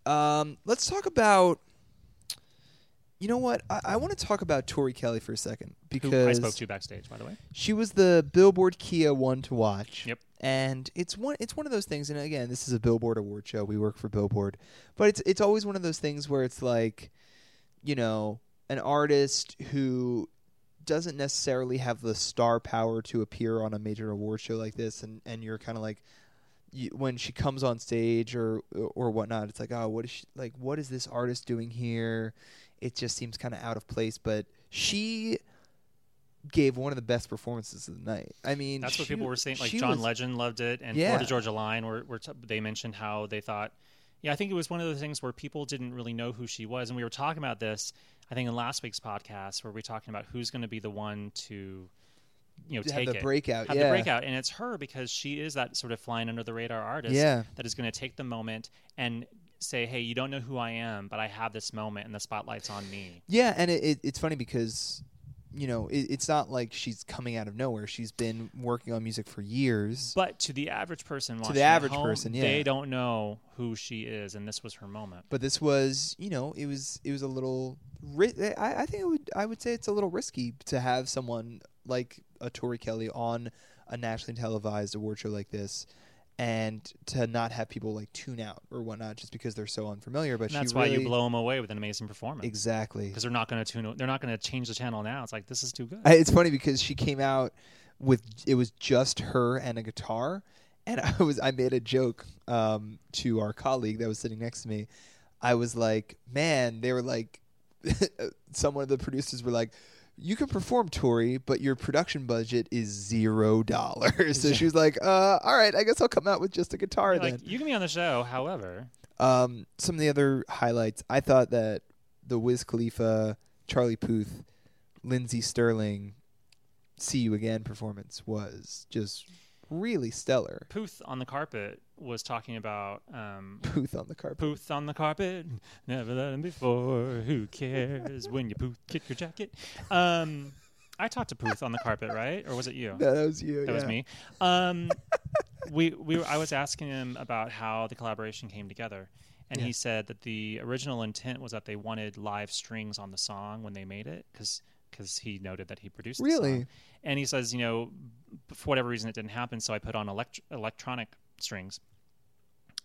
[SPEAKER 1] Um, let's talk about. You know what? I, I want to talk about Tori Kelly for a second because
[SPEAKER 2] Who I spoke to backstage, by the way.
[SPEAKER 1] she was the Billboard Kia one to watch.
[SPEAKER 2] Yep.
[SPEAKER 1] And it's one it's one of those things and again, this is a Billboard award show. We work for Billboard. But it's it's always one of those things where it's like, you know, an artist who doesn't necessarily have the star power to appear on a major award show like this and and you're kind of like you, when she comes on stage or or whatnot, it's like, oh, what is she like? What is this artist doing here? It just seems kind of out of place. But she gave one of the best performances of the night. I mean,
[SPEAKER 2] That's what
[SPEAKER 1] she-
[SPEAKER 2] people were saying. Like
[SPEAKER 1] she
[SPEAKER 2] John
[SPEAKER 1] was-
[SPEAKER 2] Legend loved it, and
[SPEAKER 1] Yeah.
[SPEAKER 2] Florida Georgia Line were, were t- they mentioned how they thought. Yeah, I think it was one of the things where people didn't really know who she was, and we were talking about this. I think in last week's podcast, where we were talking about who's going to be the one to, you know,
[SPEAKER 1] To have
[SPEAKER 2] take
[SPEAKER 1] the
[SPEAKER 2] it.
[SPEAKER 1] breakout,
[SPEAKER 2] have
[SPEAKER 1] yeah.
[SPEAKER 2] the breakout, and it's her because she is that sort of flying under the radar artist
[SPEAKER 1] Yeah.
[SPEAKER 2] that is going to take the moment and say, "Hey, you don't know who I am, but I have this moment, and the spotlight's on me."
[SPEAKER 1] Yeah, and it, it, it's funny because you know it, it's not like she's coming out of nowhere. She's been working on music for years.
[SPEAKER 2] But to the average person, watching
[SPEAKER 1] the
[SPEAKER 2] at
[SPEAKER 1] average
[SPEAKER 2] home,
[SPEAKER 1] person, yeah.
[SPEAKER 2] they don't know who she is, and this was her moment.
[SPEAKER 1] but this was you know it was it was a little ri- I, I think it would I would say it's a little risky to have someone like a Tori Kelly on a nationally televised award show like this and to not have people like tune out or whatnot just because they're so unfamiliar but
[SPEAKER 2] And that's
[SPEAKER 1] she
[SPEAKER 2] why
[SPEAKER 1] really,
[SPEAKER 2] you blow them away with an amazing performance because
[SPEAKER 1] exactly
[SPEAKER 2] they're not going to tune. They're not going to change the channel now. It's like this is too good.
[SPEAKER 1] I, it's funny because she came out with it was just her and a guitar, and [laughs] I was I made a joke um, to our colleague that was sitting next to me. I was like, "Man, they were like," [laughs] some of the producers were like. You can perform Tori, but your production budget is zero dollars. [laughs] So she was like, uh, "All right, I guess I'll come out with just a guitar
[SPEAKER 2] Like,
[SPEAKER 1] then."
[SPEAKER 2] you can be on the show, however,
[SPEAKER 1] Um, some of the other highlights, I thought that the Wiz Khalifa, Charlie Puth, Lindsey Sterling, "See You Again" performance was just really stellar. [laughs]
[SPEAKER 2] Puth on the carpet was talking about um,
[SPEAKER 1] Puth on the carpet.
[SPEAKER 2] Puth on the carpet, never done before. Who cares when you Puth kick your jacket? Um, I talked to Puth on the carpet, right? Or was it you?
[SPEAKER 1] No, that was you.
[SPEAKER 2] that was
[SPEAKER 1] yeah.
[SPEAKER 2] me. Um, [laughs] we we were, I was asking him about how the collaboration came together, and he said that the original intent was that they wanted live strings on the song when they made it because he noted that he produced the
[SPEAKER 1] Really?
[SPEAKER 2] song. and he says you know b- for whatever reason it didn't happen, so I put on elect- electronic strings,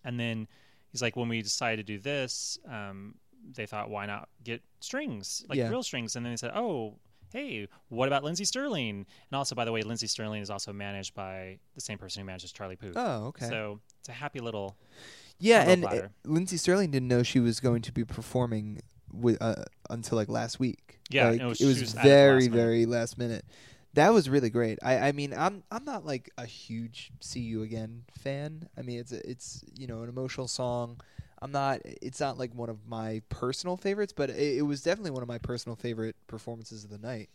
[SPEAKER 2] and then he's like when we decided to do this. Um, they thought, why not get strings, like
[SPEAKER 1] Yeah.
[SPEAKER 2] real strings? And then they said, oh, hey, what about Lindsey Sterling? And also, by the way, Lindsey Sterling is also managed by the same person who manages Charlie Puth.
[SPEAKER 1] Oh, okay.
[SPEAKER 2] So it's a happy little.
[SPEAKER 1] yeah,
[SPEAKER 2] Humble
[SPEAKER 1] and uh,
[SPEAKER 2] Platter.
[SPEAKER 1] Lindsey Sterling didn't know she was going to be performing with, uh, until like last week.
[SPEAKER 2] Yeah,
[SPEAKER 1] Like,
[SPEAKER 2] it was-
[SPEAKER 1] it
[SPEAKER 2] she
[SPEAKER 1] was,
[SPEAKER 2] was added
[SPEAKER 1] very,
[SPEAKER 2] last minute.
[SPEAKER 1] very last minute. That was really great. I, I mean, I'm I'm not like a huge "See You Again" fan. I mean, it's a, it's you know an emotional song. I'm not. It's not like one of my personal favorites, but it, it was definitely one of my personal favorite performances of the night.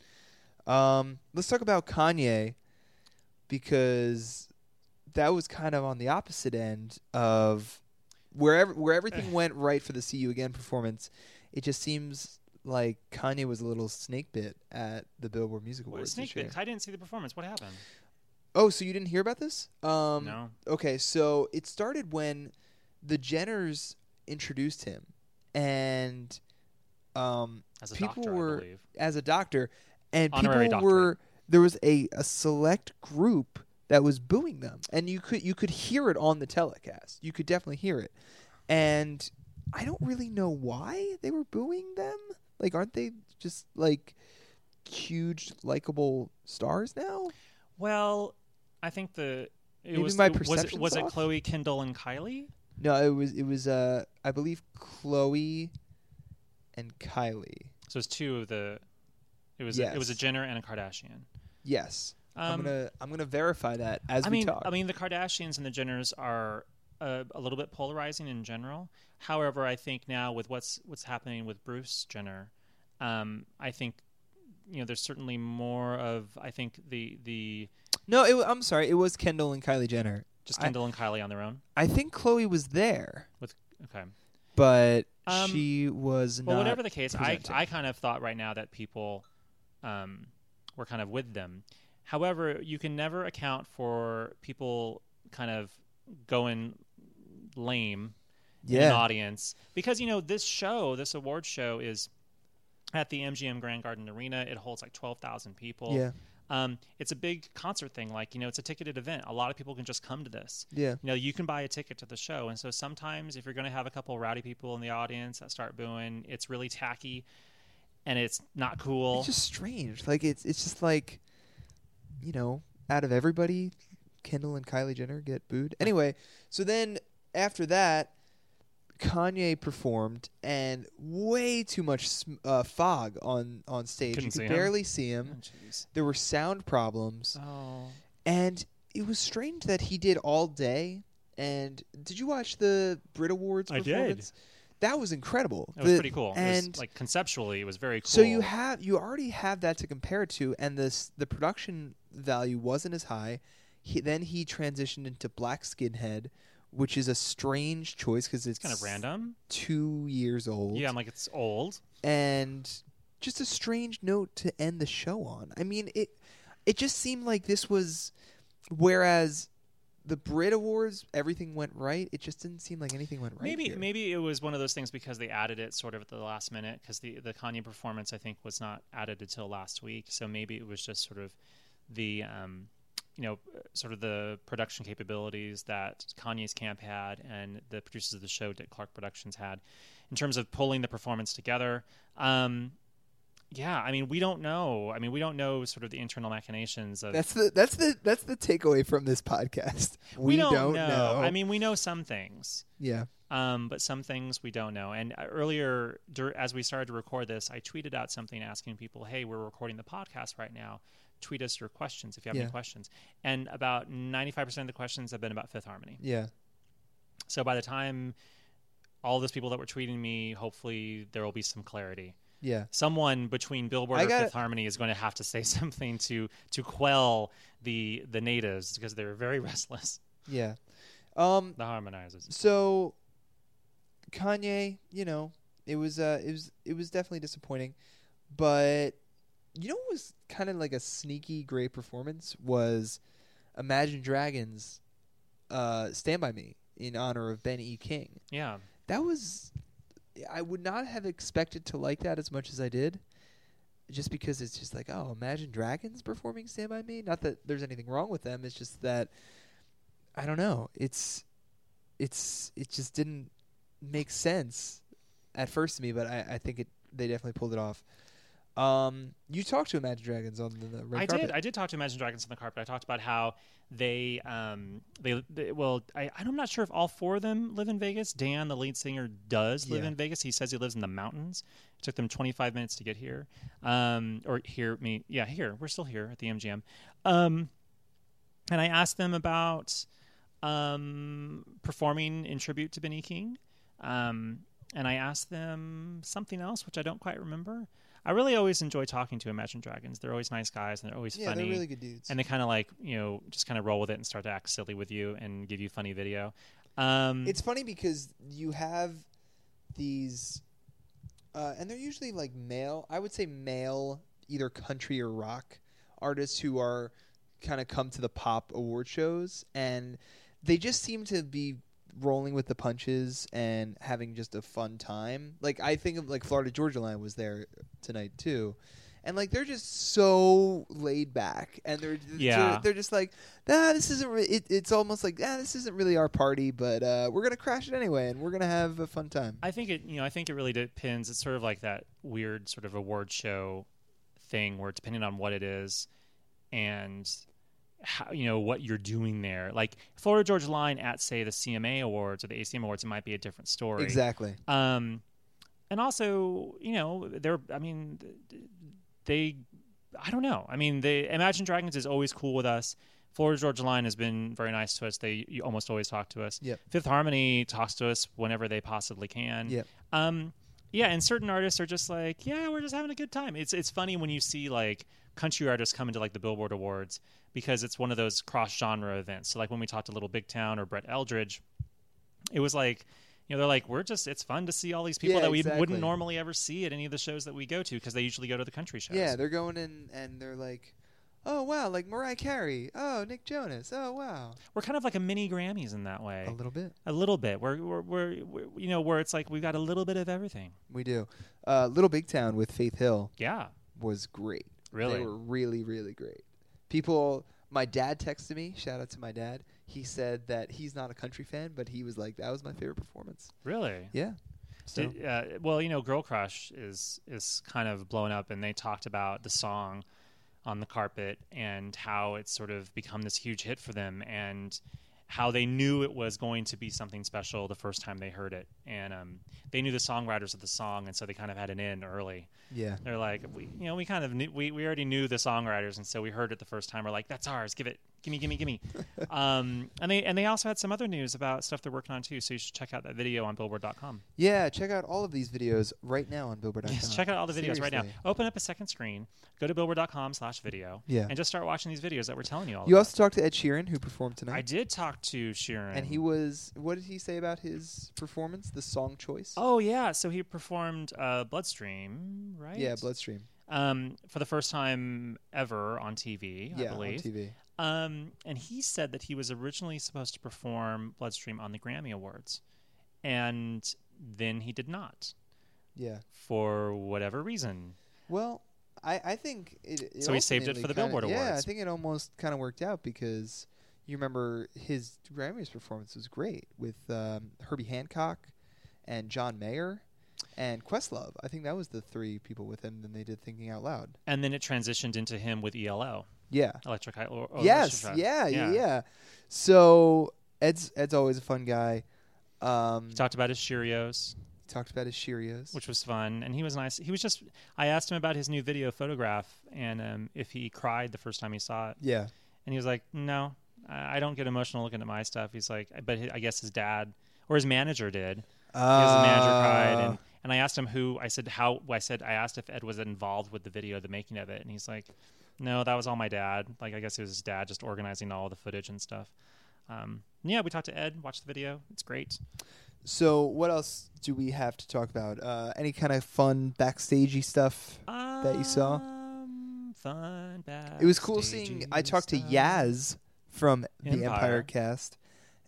[SPEAKER 1] Um, let's talk about Kanye because that was kind of on the opposite end of wherever where everything went right for the "See You Again" performance. It just seems like Kanye was a little snake bit at the Billboard Music
[SPEAKER 2] What
[SPEAKER 1] Awards.
[SPEAKER 2] is Snake
[SPEAKER 1] this year.
[SPEAKER 2] Pit? I didn't see the performance. What happened?
[SPEAKER 1] Oh, so you didn't hear about this? Um,
[SPEAKER 2] No.
[SPEAKER 1] Okay, so it started when the Jenners introduced him, and um,
[SPEAKER 2] As a
[SPEAKER 1] people
[SPEAKER 2] doctor, I
[SPEAKER 1] were
[SPEAKER 2] believe.
[SPEAKER 1] as a doctor, and
[SPEAKER 2] Honorary
[SPEAKER 1] people
[SPEAKER 2] doctorate.
[SPEAKER 1] were there was a, a select group that was booing them, and you could you could hear it on the telecast. You could definitely hear it, and I don't really know why they were booing them. Like, aren't they just like huge likable stars now?
[SPEAKER 2] Well, I think the. It
[SPEAKER 1] Maybe
[SPEAKER 2] was
[SPEAKER 1] my
[SPEAKER 2] it- was it,
[SPEAKER 1] perception's
[SPEAKER 2] was it
[SPEAKER 1] off?
[SPEAKER 2] Chloe Kendall and Kylie?
[SPEAKER 1] No, it was it was uh I believe Chloe and Kylie.
[SPEAKER 2] So it's two of the. It was a, it was a
[SPEAKER 1] Yes.
[SPEAKER 2] Jenner and a Kardashian.
[SPEAKER 1] Yes. I'm
[SPEAKER 2] Um,
[SPEAKER 1] gonna I'm gonna verify that as
[SPEAKER 2] I
[SPEAKER 1] we
[SPEAKER 2] mean,
[SPEAKER 1] talk.
[SPEAKER 2] I mean, the Kardashians and the Jenners are uh, a little bit polarizing in general. However, I think now with what's what's happening with Bruce Jenner, um, I think you know there's certainly more of I think the the
[SPEAKER 1] no, it, wa- I'm sorry. It was Kendall and Kylie Jenner.
[SPEAKER 2] just
[SPEAKER 1] I-
[SPEAKER 2] Kendall and Kylie on their own
[SPEAKER 1] I, think Chloe was there,
[SPEAKER 2] with okay.
[SPEAKER 1] but
[SPEAKER 2] Um,
[SPEAKER 1] she was
[SPEAKER 2] Well,
[SPEAKER 1] not.
[SPEAKER 2] whatever the case, I,
[SPEAKER 1] presenting.
[SPEAKER 2] I kind of thought right now that people um, were kind of with them. However, you can never account for people kind of going lame in an
[SPEAKER 1] Yeah.
[SPEAKER 2] audience because you know this show, this award show is at the MGM Grand Garden Arena. It holds like twelve thousand people.
[SPEAKER 1] Yeah.
[SPEAKER 2] Um, it's a big concert thing. Like you know, it's a ticketed event. A lot of people can just come to this.
[SPEAKER 1] Yeah.
[SPEAKER 2] You know, you can buy a ticket to the show, and so sometimes if you're going to have a couple rowdy people in the audience that start booing, it's really tacky, and it's not cool.
[SPEAKER 1] It's just strange. Like it's it's just like, you know, out of everybody, Kendall and Kylie Jenner get booed. Anyway, so then after that, Kanye performed and way too much sm- uh, fog on on stage.
[SPEAKER 2] Couldn't
[SPEAKER 1] you could
[SPEAKER 2] see him.
[SPEAKER 1] barely see him.
[SPEAKER 2] Oh, jeez.
[SPEAKER 1] There were sound problems,
[SPEAKER 2] Oh.
[SPEAKER 1] and it was strange that he did all day. And did you watch the Brit Awards?
[SPEAKER 2] I did.
[SPEAKER 1] performance? That was incredible.
[SPEAKER 2] It was
[SPEAKER 1] The-
[SPEAKER 2] pretty cool.
[SPEAKER 1] And
[SPEAKER 2] it was, like conceptually, it was very cool.
[SPEAKER 1] so you have you already have that to compare it to, and this the production value wasn't as high. He, then he transitioned into Black Skinhead, which is a strange choice because it's
[SPEAKER 2] kind of random.
[SPEAKER 1] Two years old,
[SPEAKER 2] Yeah, I'm like it's old.
[SPEAKER 1] and just a strange note to end the show on. I mean it. It just seemed like this was, whereas the Brit Awards everything went right. It just didn't seem like anything went right.
[SPEAKER 2] maybe
[SPEAKER 1] here.
[SPEAKER 2] maybe it was one of those things because they added it sort of at the last minute because the the Kanye performance I think was not added until last week. So maybe it was just sort of the um, you know sort of the production capabilities that Kanye's camp had and the producers of the show Dick Clark Productions had in terms of pulling the performance together. Um, yeah, I mean we don't know. I mean we don't know sort of the internal machinations of
[SPEAKER 1] that's the that's the that's the takeaway from this podcast. We, know.
[SPEAKER 2] I mean we know some things.
[SPEAKER 1] yeah.
[SPEAKER 2] Um, but some things we don't know. And uh, earlier, dur- as we started to record this, I tweeted out something asking people, "Hey, we're recording the podcast right now. Tweet us your questions if you have
[SPEAKER 1] Yeah.
[SPEAKER 2] any questions." And about ninety-five percent of the questions have been about Fifth Harmony.
[SPEAKER 1] Yeah.
[SPEAKER 2] So by the time all those people that were tweeting me, hopefully there will be some clarity.
[SPEAKER 1] Yeah.
[SPEAKER 2] Someone between Billboard
[SPEAKER 1] I
[SPEAKER 2] or
[SPEAKER 1] gotta-
[SPEAKER 2] Fifth Harmony is going to have to say [laughs] something to to quell the the natives because they're very [laughs] restless.
[SPEAKER 1] Yeah. Um
[SPEAKER 2] The harmonizers.
[SPEAKER 1] so Kanye, you know, it was uh it was it was definitely disappointing, but you know what was kind of like a sneaky great performance was Imagine Dragons uh Stand by Me in honor of Ben E King.
[SPEAKER 2] Yeah.
[SPEAKER 1] That was I would not have expected to like that as much as I did. Just because it's just like, oh, Imagine Dragons performing Stand By Me. Not that there's anything wrong with them. It's just that I don't know. It's it's it just didn't make sense at first to me, but I, I think it they definitely pulled it off. Um, you talked to Imagine Dragons on the, the red
[SPEAKER 2] I
[SPEAKER 1] carpet.
[SPEAKER 2] did. I did talk to Imagine Dragons on the carpet. I talked about how they, um, they, they well, I, I'm not sure if all four of them live in Vegas. Dan, the lead singer, does live
[SPEAKER 1] Yeah.
[SPEAKER 2] in Vegas. He says he lives in the mountains. It took them 25 minutes to get here, um, or here me. Yeah, here we're still here at the MGM. Um, and I asked them about um, performing in tribute to Benny King. Um, and I asked them something else, which I don't quite remember. I really always enjoy talking to Imagine Dragons. They're always nice guys and they're always
[SPEAKER 1] yeah,
[SPEAKER 2] funny.
[SPEAKER 1] they're really good dudes.
[SPEAKER 2] And they kind of like, you know, just kind of roll with it and start to act silly with you and give you funny video. Um,
[SPEAKER 1] It's funny because you have these, uh, and they're usually like male. I would say male, either country or rock artists who are kind of come to the pop award shows, and they just seem to be rolling with the punches and having just a fun time. Like I think of like Florida Georgia Line was there tonight too. And like they're just so laid back, and they're
[SPEAKER 2] Yeah.
[SPEAKER 1] they're, they're just like, nah, this isn't. Re- it, it's almost like, ah, this isn't really our party, but uh, we're gonna crash it anyway, and we're gonna have a fun time.
[SPEAKER 2] I think it, you know, I think it really depends. It's sort of like that weird sort of award show thing where depending on what it is and how, you know, what you're doing there. Like Florida Georgia Line at say the CMA Awards or the ACM Awards, it might be a different story.
[SPEAKER 1] Exactly.
[SPEAKER 2] Um, and also, you know, they're, I mean, they, I don't know. I mean, they, Imagine Dragons is always cool with us. Florida Georgia Line has been very nice to us. They you almost always talk to us.
[SPEAKER 1] Yep.
[SPEAKER 2] Fifth Harmony talks to us whenever they possibly can.
[SPEAKER 1] Yep.
[SPEAKER 2] Um, yeah, and certain artists are just like, yeah, we're just having a good time. It's it's funny when you see like country artists come into like the Billboard Awards because it's one of those cross genre events. So like when we talked to Little Big Town or Brett Eldridge, it was like you know they're like we're just it's fun to see all these people
[SPEAKER 1] Yeah,
[SPEAKER 2] that we
[SPEAKER 1] exactly.
[SPEAKER 2] wouldn't normally ever see at any of the shows that we go to because they usually go to the country shows
[SPEAKER 1] Yeah, they're going in, and they're like, oh wow, like Mariah Carey. Oh, Nick Jonas. Oh wow.
[SPEAKER 2] We're kind of like a mini Grammys in that way.
[SPEAKER 1] A little bit.
[SPEAKER 2] A little bit. We're, we're, we're, we're you know, where it's like we've got a little bit of everything.
[SPEAKER 1] We do. Uh, Little Big Town with Faith Hill
[SPEAKER 2] Yeah.
[SPEAKER 1] was great.
[SPEAKER 2] Really?
[SPEAKER 1] They were really, really great. People, my dad texted me, shout out to my dad. He said that he's not a country fan, but he was like, that was my favorite performance.
[SPEAKER 2] Really?
[SPEAKER 1] Yeah. So,
[SPEAKER 2] Did- uh, well, you know, Girl Crush is is kind of blown up, and they talked about the song on the carpet and how it's sort of become this huge hit for them, and how they knew it was going to be something special the first time they heard it, and um, they knew the songwriters of the song, and so they kind of had an in early.
[SPEAKER 1] yeah.
[SPEAKER 2] They're like, we, you know, we kind of knew we, we already knew the songwriters, and so we heard it the first time. We're like, that's ours. Give it, give me, give me,
[SPEAKER 1] [laughs]
[SPEAKER 2] give me. um, and they and they also had some other news about stuff they're working on too. So you should check out that video on Billboard.com.
[SPEAKER 1] Yeah, check out all of these videos right now on Billboard.com.
[SPEAKER 2] Yes, check out all the videos right now.
[SPEAKER 1] Uh, Seriously.
[SPEAKER 2] Open up a second screen, go to billboard.com slash video,
[SPEAKER 1] Yeah.
[SPEAKER 2] and just start watching these videos that we're telling you all
[SPEAKER 1] You
[SPEAKER 2] about.
[SPEAKER 1] also talked to Ed Sheeran, who performed tonight.
[SPEAKER 2] I did talk to Sheeran.
[SPEAKER 1] And he was, what did he say about his performance, the song choice?
[SPEAKER 2] Oh, yeah. So he performed uh, Bloodstream, right?
[SPEAKER 1] Yeah, Bloodstream.
[SPEAKER 2] Um, for the first time ever on TV, I
[SPEAKER 1] yeah,
[SPEAKER 2] believe.
[SPEAKER 1] on TV.
[SPEAKER 2] Um, and he said that he was originally supposed to perform Bloodstream on the Grammy Awards, and then he did not
[SPEAKER 1] Yeah.
[SPEAKER 2] for whatever reason.
[SPEAKER 1] Well, I, I think it, it
[SPEAKER 2] So he saved it
[SPEAKER 1] ultimately
[SPEAKER 2] for the
[SPEAKER 1] kinda-
[SPEAKER 2] Billboard
[SPEAKER 1] Yeah, I
[SPEAKER 2] Awards.
[SPEAKER 1] think it almost kind of worked out because you remember his Grammys performance was great with um, Herbie Hancock and John Mayer and Questlove. I think that was the three people with him. Then they did Thinking Out Loud.
[SPEAKER 2] And then it transitioned into him with ELO,
[SPEAKER 1] Yeah.
[SPEAKER 2] Electric Eye. Or,
[SPEAKER 1] yes.
[SPEAKER 2] Orchestra.
[SPEAKER 1] Yeah, yeah. Yeah. So Ed's Ed's always a fun guy. Um,
[SPEAKER 2] He talked about his Cheerios,
[SPEAKER 1] talked about his Cheerios.
[SPEAKER 2] which was fun, and he was nice. He was just. I asked him about his new video photograph and um, if he cried the first time he saw it,
[SPEAKER 1] yeah.
[SPEAKER 2] and he was like, "No, I I don't get emotional looking at my stuff." He's like, "But he- I guess his dad or his manager did." Because the manager cried, and, and I asked him who. I said how. I said I asked if Ed was involved with the video, the making of it, and he's like, "No, that was all my dad. Like I guess it was his dad just organizing all the footage and stuff." Um, yeah, we talked to Ed, watched the video. It's great.
[SPEAKER 1] So, what else do we have to talk about? Uh, any kind of fun backstagey stuff that you saw?
[SPEAKER 2] Um, Fun
[SPEAKER 1] It was cool seeing. I talked to
[SPEAKER 2] backstagey
[SPEAKER 1] Yaz from the Empire
[SPEAKER 2] Empire.
[SPEAKER 1] cast,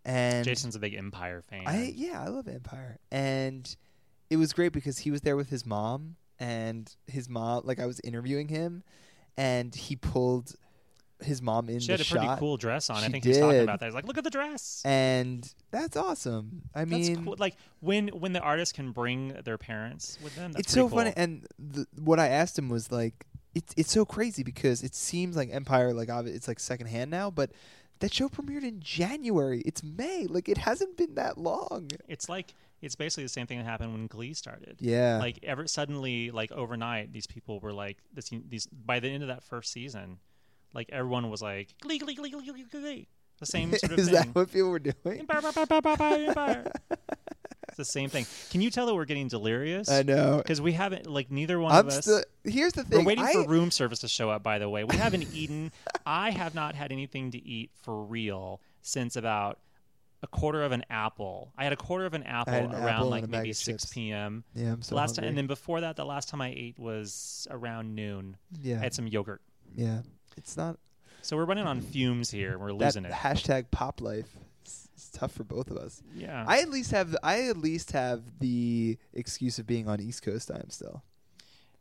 [SPEAKER 1] and
[SPEAKER 2] stuff. Jason's a big Empire fan.
[SPEAKER 1] I yeah, I love Empire, and it was great because he was there with his mom, and his mom like I was interviewing him, and he pulled his mom in
[SPEAKER 2] she
[SPEAKER 1] the
[SPEAKER 2] had a pretty
[SPEAKER 1] shot,
[SPEAKER 2] cool dress on. I
[SPEAKER 1] She
[SPEAKER 2] think he was talking
[SPEAKER 1] did.
[SPEAKER 2] about that. He's like, "Look at the dress."
[SPEAKER 1] and that's awesome. I mean,
[SPEAKER 2] that's cool. Like when when the artist can bring their parents with them. That's
[SPEAKER 1] it's so
[SPEAKER 2] pretty
[SPEAKER 1] funny.
[SPEAKER 2] cool.
[SPEAKER 1] And the, what I asked him was like, it's it's so crazy because it seems like Empire, like obvi- it's like secondhand now, but that show premiered in January. It's May, like it hasn't been that long.
[SPEAKER 2] It's like it's basically the same thing that happened when Glee started.
[SPEAKER 1] Yeah.
[SPEAKER 2] Like ever suddenly, like overnight, these people were like this. These by the end of that first season, like everyone was like Glee, Glee, Glee, Glee, Glee, Glee. The same sort
[SPEAKER 1] [laughs]
[SPEAKER 2] of
[SPEAKER 1] Is
[SPEAKER 2] thing.
[SPEAKER 1] that what people were doing?
[SPEAKER 2] Empire, empire, empire, empire, empire. it's the same thing. Can you tell that we're getting delirious?
[SPEAKER 1] I know.
[SPEAKER 2] Because we haven't like neither one
[SPEAKER 1] I'm
[SPEAKER 2] of us.
[SPEAKER 1] still. Here's the thing.
[SPEAKER 2] we're waiting
[SPEAKER 1] I,
[SPEAKER 2] for room service to show up. By the way, we haven't eaten. I have not had anything to eat for real since about a quarter of an apple. I had a quarter of an apple
[SPEAKER 1] had an
[SPEAKER 2] around
[SPEAKER 1] apple
[SPEAKER 2] like
[SPEAKER 1] and a bag
[SPEAKER 2] maybe
[SPEAKER 1] of
[SPEAKER 2] six
[SPEAKER 1] chips.
[SPEAKER 2] p.m.
[SPEAKER 1] Yeah, I'm so
[SPEAKER 2] last time,
[SPEAKER 1] hungry.
[SPEAKER 2] and then before that, the last time I ate was around noon.
[SPEAKER 1] Yeah.
[SPEAKER 2] I had some yogurt.
[SPEAKER 1] yeah, it's not
[SPEAKER 2] So we're running on fumes here. We're
[SPEAKER 1] that
[SPEAKER 2] losing it.
[SPEAKER 1] hashtag pop life. It's, it's tough for both of us.
[SPEAKER 2] yeah.
[SPEAKER 1] I at least have. I at least have the excuse of being on East Coast time still.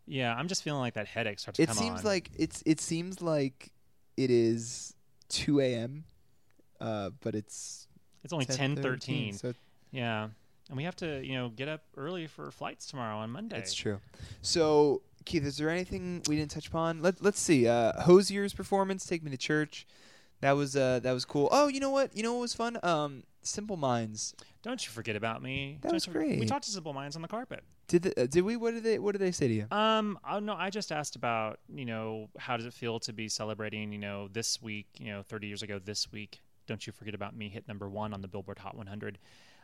[SPEAKER 2] yeah. I'm just feeling like that headache starts to
[SPEAKER 1] It
[SPEAKER 2] come
[SPEAKER 1] seems
[SPEAKER 2] on.
[SPEAKER 1] like it's it seems like it is two a.m. Uh, but it's
[SPEAKER 2] it's only 10, 13.
[SPEAKER 1] So
[SPEAKER 2] Yeah. And we have to, you know, get up early for flights tomorrow on Monday.
[SPEAKER 1] that's true. So Keith, is there anything we didn't touch upon? Let Let's see. Uh, Hosier's performance, "Take Me to Church," that was uh, that was cool. Oh, you know what? You know what was fun? Um, Simple Minds.
[SPEAKER 2] Don't you forget about me.
[SPEAKER 1] That
[SPEAKER 2] Don't
[SPEAKER 1] was
[SPEAKER 2] you forget- We
[SPEAKER 1] great.
[SPEAKER 2] talked to Simple Minds on the carpet.
[SPEAKER 1] Did the, uh, did we? What did they What did they say to you?
[SPEAKER 2] Um, I don't know. I just asked about, you know, how does it feel to be celebrating, you know, this week, you know, 30 years ago this week, Don't You Forget About Me hit number one on the Billboard Hot 100.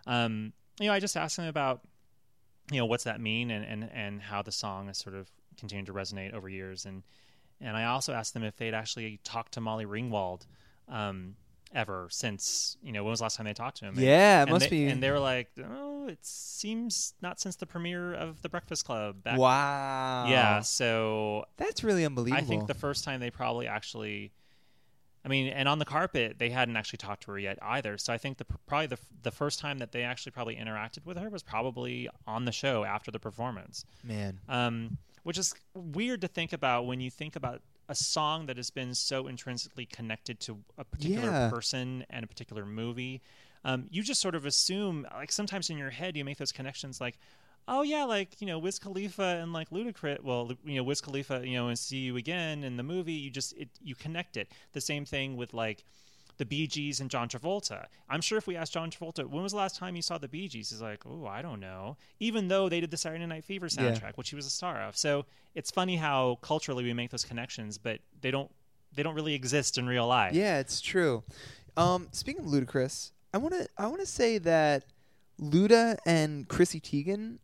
[SPEAKER 2] Um, you know, I just asked him about, you know, what's that mean and, and, and how the song has sort of continued to resonate over years. And, and I also asked them if they'd actually talked to Molly Ringwald, um, ever since you know when was the last time they talked to him? And-
[SPEAKER 1] Yeah, it
[SPEAKER 2] and
[SPEAKER 1] must
[SPEAKER 2] they-
[SPEAKER 1] be-
[SPEAKER 2] And they were like, oh, it seems not since the premiere of The Breakfast Club. Back.
[SPEAKER 1] Wow.
[SPEAKER 2] Uh, Yeah, so
[SPEAKER 1] That's really unbelievable.
[SPEAKER 2] I think the first time they probably actually, I mean, and on the carpet they hadn't actually talked to her yet either. So I think the probably the the first time that they actually probably interacted with her was probably on the show after the performance
[SPEAKER 1] man.
[SPEAKER 2] um, which is weird to think about when you think about a song that has been so intrinsically connected to a particular
[SPEAKER 1] Yeah.
[SPEAKER 2] person and a particular movie. Um, you just sort of assume, like sometimes in your head, you make those connections, like, oh yeah, like you know, Wiz Khalifa and like Ludacris. Well, you know, Wiz Khalifa, you know, and See You Again in the movie. You just it, you connect it. The same thing with like. The Bee Gees and John Travolta. I'm sure if we asked John Travolta, when was the last time you saw the Bee Gees? He's like, oh, I don't know. Even though they did the Saturday Night Fever soundtrack, which he was a star of. So it's funny how culturally we make those connections, but they don't they don't really exist in real life.
[SPEAKER 1] Yeah, it's true. Um, speaking of Ludacris, I want to I want to say that Luda and Chrissy Teigen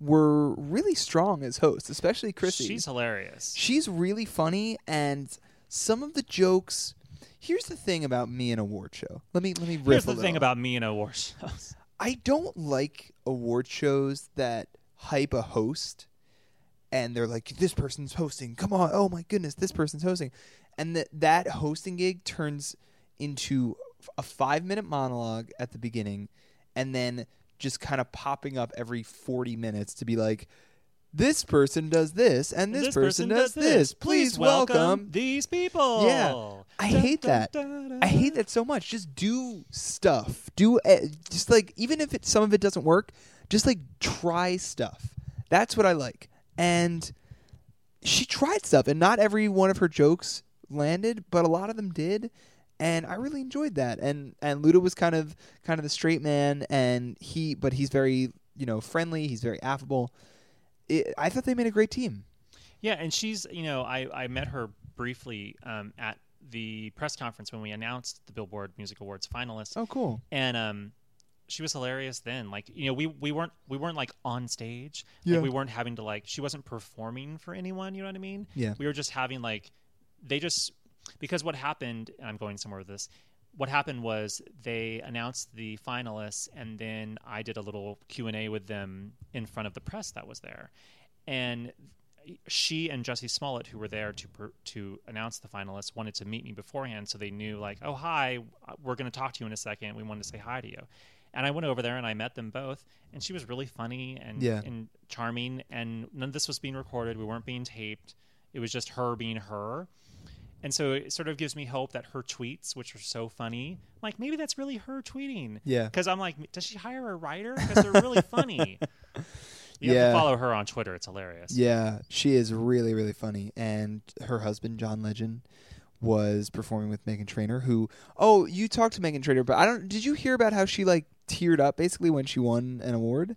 [SPEAKER 1] were really strong as hosts, especially Chrissy.
[SPEAKER 2] she's hilarious.
[SPEAKER 1] She's really funny, and some of the jokes. Here's the thing about me in a award show. Let me let me. Riff
[SPEAKER 2] Here's
[SPEAKER 1] a
[SPEAKER 2] the thing
[SPEAKER 1] little.
[SPEAKER 2] about me and
[SPEAKER 1] [laughs]
[SPEAKER 2] award shows.
[SPEAKER 1] I don't like award shows that hype a host and they're like, this person's hosting. Come on. Oh my goodness, this person's hosting. And that that hosting gig turns into a five minute monologue at the beginning and then just kind of popping up every 40 minutes to be like, this person does this and this, person, does this. Please welcome
[SPEAKER 2] these people.
[SPEAKER 1] yeah, I
[SPEAKER 2] Oh. Dun,
[SPEAKER 1] hate
[SPEAKER 2] dun,
[SPEAKER 1] that.
[SPEAKER 2] dun,
[SPEAKER 1] I hate that so much. Just do stuff. Do uh, just like even if it, some of it doesn't work, just like try stuff. That's what I like. And she tried stuff, and not every one of her jokes landed, but a lot of them did. And I really enjoyed that. And and Luda was kind of kind of the straight man, and he but he's very you know friendly. He's very affable. It, I thought they made a great team.
[SPEAKER 2] Yeah, and she's you know I I met her briefly um, at the press conference when we announced the Billboard Music Awards finalists.
[SPEAKER 1] Oh, cool.
[SPEAKER 2] and um she was hilarious then like you know we we weren't we weren't like on stage
[SPEAKER 1] Yeah.
[SPEAKER 2] like, we weren't having to like she wasn't performing for anyone you know what i mean
[SPEAKER 1] Yeah.
[SPEAKER 2] we were just having like they just because what happened and i'm going somewhere with this what happened was they announced the finalists and then i did a little q&a with them in front of the press that was there and she and Jesse Smollett, who were there to per, to announce the finalists, wanted to meet me beforehand, so they knew like, oh hi, we're going to talk to you in a second. We wanted to say hi to you, and I went over there and I met them both, and she was really funny and
[SPEAKER 1] Yeah.
[SPEAKER 2] and charming, and none of this was being recorded. We weren't being taped. It was just her being her. And so it sort of gives me hope that her tweets, which are so funny, like maybe that's really her tweeting.
[SPEAKER 1] Yeah.
[SPEAKER 2] Because I'm like, does she hire a writer? Because
[SPEAKER 1] [laughs]
[SPEAKER 2] they're really funny. You have
[SPEAKER 1] Yeah.
[SPEAKER 2] to follow her on Twitter. It's hilarious.
[SPEAKER 1] Yeah, she is really really funny, and her husband John Legend was performing with Megan Trainor. Who? Oh, you talked to Megan Trainor, but I don't. Did you hear about how she like teared up basically when she won an award?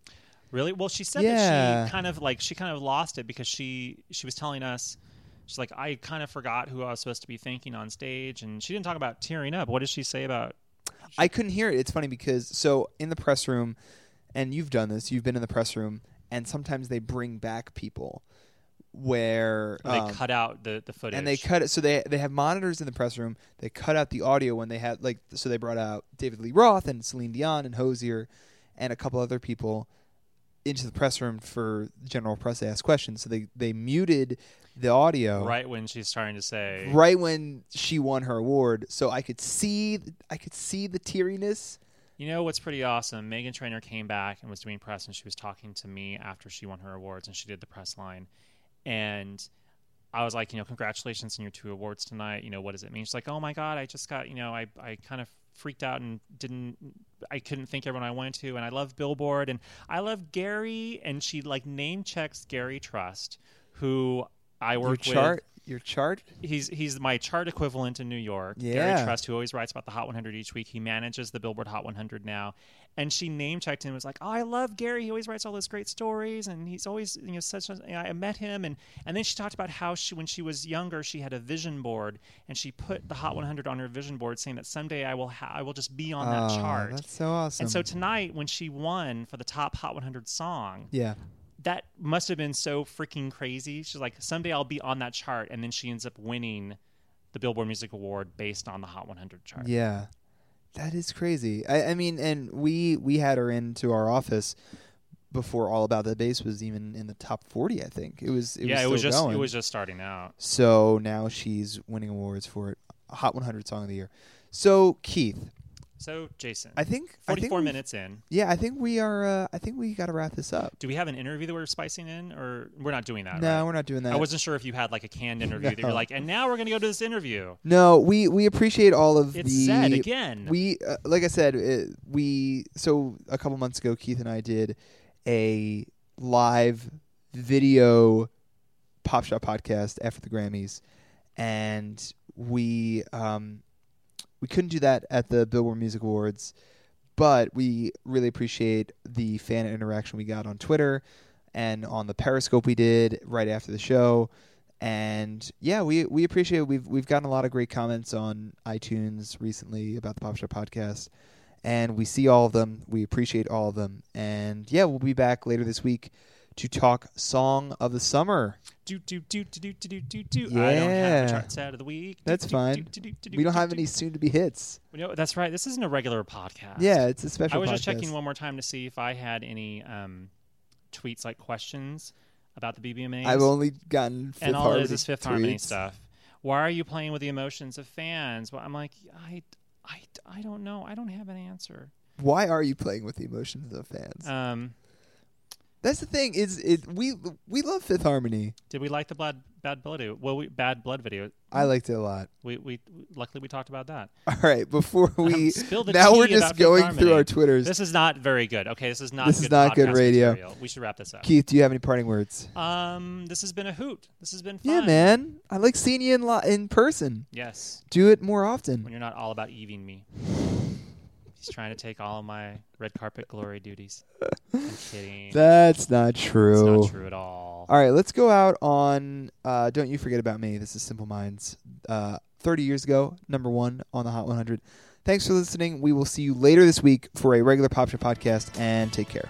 [SPEAKER 2] Really? Well, she said that
[SPEAKER 1] Yeah.
[SPEAKER 2] she kind of like she kind of lost it because she she was telling us she's like I kind of forgot who I was supposed to be thanking on stage, and she didn't talk about tearing up. What did she say about?
[SPEAKER 1] I couldn't hear it. It's funny because so in the press room, and you've done this. You've been in the press room, and sometimes they bring back people where
[SPEAKER 2] They
[SPEAKER 1] um,
[SPEAKER 2] cut out the the footage
[SPEAKER 1] and they cut it so they they have monitors in the press room they cut out the audio when they had like so they brought out david lee roth and celine dion and hosier and a couple other people into the press room for general press to ask questions so they they muted the audio
[SPEAKER 2] right when she's trying to say
[SPEAKER 1] right when she won her award so i could see i could see the teariness
[SPEAKER 2] You know what's pretty awesome? Megan Trainor came back and was doing press, and she was talking to me after she won her awards, and she did the press line, and I was like, you know, congratulations on your two awards tonight. You know, what does it mean? She's like, oh my god, I just got, you know, I I kind of freaked out and didn't, I couldn't think everyone I wanted to, and I love Billboard, and I love Gary, and she like name checks Gary Trust, who I
[SPEAKER 1] your
[SPEAKER 2] work with
[SPEAKER 1] chart your chart
[SPEAKER 2] he's he's my chart equivalent in New York.
[SPEAKER 1] Yeah.
[SPEAKER 2] Gary Trust, who always writes about the Hot 100 each week. He manages the Billboard Hot 100 now. And she name checked him and was like, "Oh, I love Gary. He always writes all those great stories, and he's always you know such." A, you know, I met him, and and then she talked about how she when she was younger she had a vision board, and she put the Hot 100 on her vision board, saying that someday I will ha- I will just be on that
[SPEAKER 1] Oh,
[SPEAKER 2] chart.
[SPEAKER 1] that's so awesome
[SPEAKER 2] And so tonight, when she won for the top Hot 100 song,
[SPEAKER 1] yeah
[SPEAKER 2] that must have been so freaking crazy. She's like, someday I'll be on that chart, and then she ends up winning the Billboard Music Award based on the Hot 100 chart.
[SPEAKER 1] yeah That is crazy. I, I mean, and we we had her into our office before all about the bass was even in the top forty. I think it was. It
[SPEAKER 2] yeah,
[SPEAKER 1] was
[SPEAKER 2] it was
[SPEAKER 1] still
[SPEAKER 2] just
[SPEAKER 1] going.
[SPEAKER 2] it was just starting out.
[SPEAKER 1] So now she's winning awards for it. Hot 100 song of the year. So Keith,
[SPEAKER 2] So Jason,
[SPEAKER 1] I think I think
[SPEAKER 2] forty-four
[SPEAKER 1] we-
[SPEAKER 2] minutes in.
[SPEAKER 1] Yeah, I think we are. Uh, I think we got to wrap this up.
[SPEAKER 2] Do we have an interview that we're spicing in, or we're not doing that?
[SPEAKER 1] no,
[SPEAKER 2] right?
[SPEAKER 1] we're not doing that.
[SPEAKER 2] I wasn't sure if you had like a canned interview that you're
[SPEAKER 1] No.
[SPEAKER 2] like, and now we're gonna go to this interview.
[SPEAKER 1] No, we we appreciate all of
[SPEAKER 2] It's
[SPEAKER 1] the.
[SPEAKER 2] sad again.
[SPEAKER 1] We uh, like I said, it, we so a couple months ago, Keith and I did a live video pop shop podcast after the Grammys, and we um we couldn't do that at the Billboard Music Awards, but we really appreciate the fan interaction we got on Twitter and on the Periscope we did right after the show. And yeah, we we appreciate it. We've we've gotten a lot of great comments on iTunes recently about the Pop Shop podcast. And we see all of them. We appreciate all of them. And yeah, we'll be back later this week to talk Song of the Summer.
[SPEAKER 2] Do do do do do do do do. do. I don't have
[SPEAKER 1] Yeah.
[SPEAKER 2] a chart side of the week. Do,
[SPEAKER 1] That's
[SPEAKER 2] do,
[SPEAKER 1] fine.
[SPEAKER 2] do, do, do, do,
[SPEAKER 1] We don't
[SPEAKER 2] do,
[SPEAKER 1] have
[SPEAKER 2] do.
[SPEAKER 1] any soon to be hits.
[SPEAKER 2] You know, that's right. This isn't a regular podcast.
[SPEAKER 1] Yeah, it's a special
[SPEAKER 2] I was just
[SPEAKER 1] podcast.
[SPEAKER 2] checking one more time to see if I had any um, tweets like questions about the BBMAs
[SPEAKER 1] I've only gotten fifth
[SPEAKER 2] and all
[SPEAKER 1] harmony
[SPEAKER 2] this is Fifth Harmony
[SPEAKER 1] tweets.
[SPEAKER 2] stuff. Why are you playing with the emotions of fans? Well, I'm like, I, I, I don't know. I don't have an answer.
[SPEAKER 1] Why are you playing with the emotions of fans?
[SPEAKER 2] Um,
[SPEAKER 1] That's the thing is it we we love Fifth Harmony.
[SPEAKER 2] did we like the blood, bad blood video? Well, we, bad blood video.
[SPEAKER 1] I liked it a lot. [laughs]
[SPEAKER 2] We, we luckily we talked about that.
[SPEAKER 1] All right, before we
[SPEAKER 2] Um, spill the
[SPEAKER 1] now
[SPEAKER 2] tea
[SPEAKER 1] we're just
[SPEAKER 2] about Fifth
[SPEAKER 1] going through
[SPEAKER 2] Harmony.
[SPEAKER 1] our twitters.
[SPEAKER 2] This is not very good. Okay, this is not.
[SPEAKER 1] This is
[SPEAKER 2] good
[SPEAKER 1] not good
[SPEAKER 2] podcast
[SPEAKER 1] radio.
[SPEAKER 2] material. We should wrap this up.
[SPEAKER 1] Keith, do you have any parting words?
[SPEAKER 2] Um, this has been a hoot. This has been fun.
[SPEAKER 1] Yeah, man, I like seeing you in lo- in person.
[SPEAKER 2] Yes.
[SPEAKER 1] Do it more
[SPEAKER 2] when
[SPEAKER 1] often.
[SPEAKER 2] you're not all about Eving me. He's trying to take all of my red carpet glory duties. I'm kidding.
[SPEAKER 1] That's not
[SPEAKER 2] It's
[SPEAKER 1] true.
[SPEAKER 2] not true at all.
[SPEAKER 1] All right, let's go out on uh, "Don't You Forget About Me." This is Simple Minds. Uh, Thirty years ago, number one on the Hot 100. Thanks for listening. We will see you later this week for a regular Pop Shop podcast, and take care.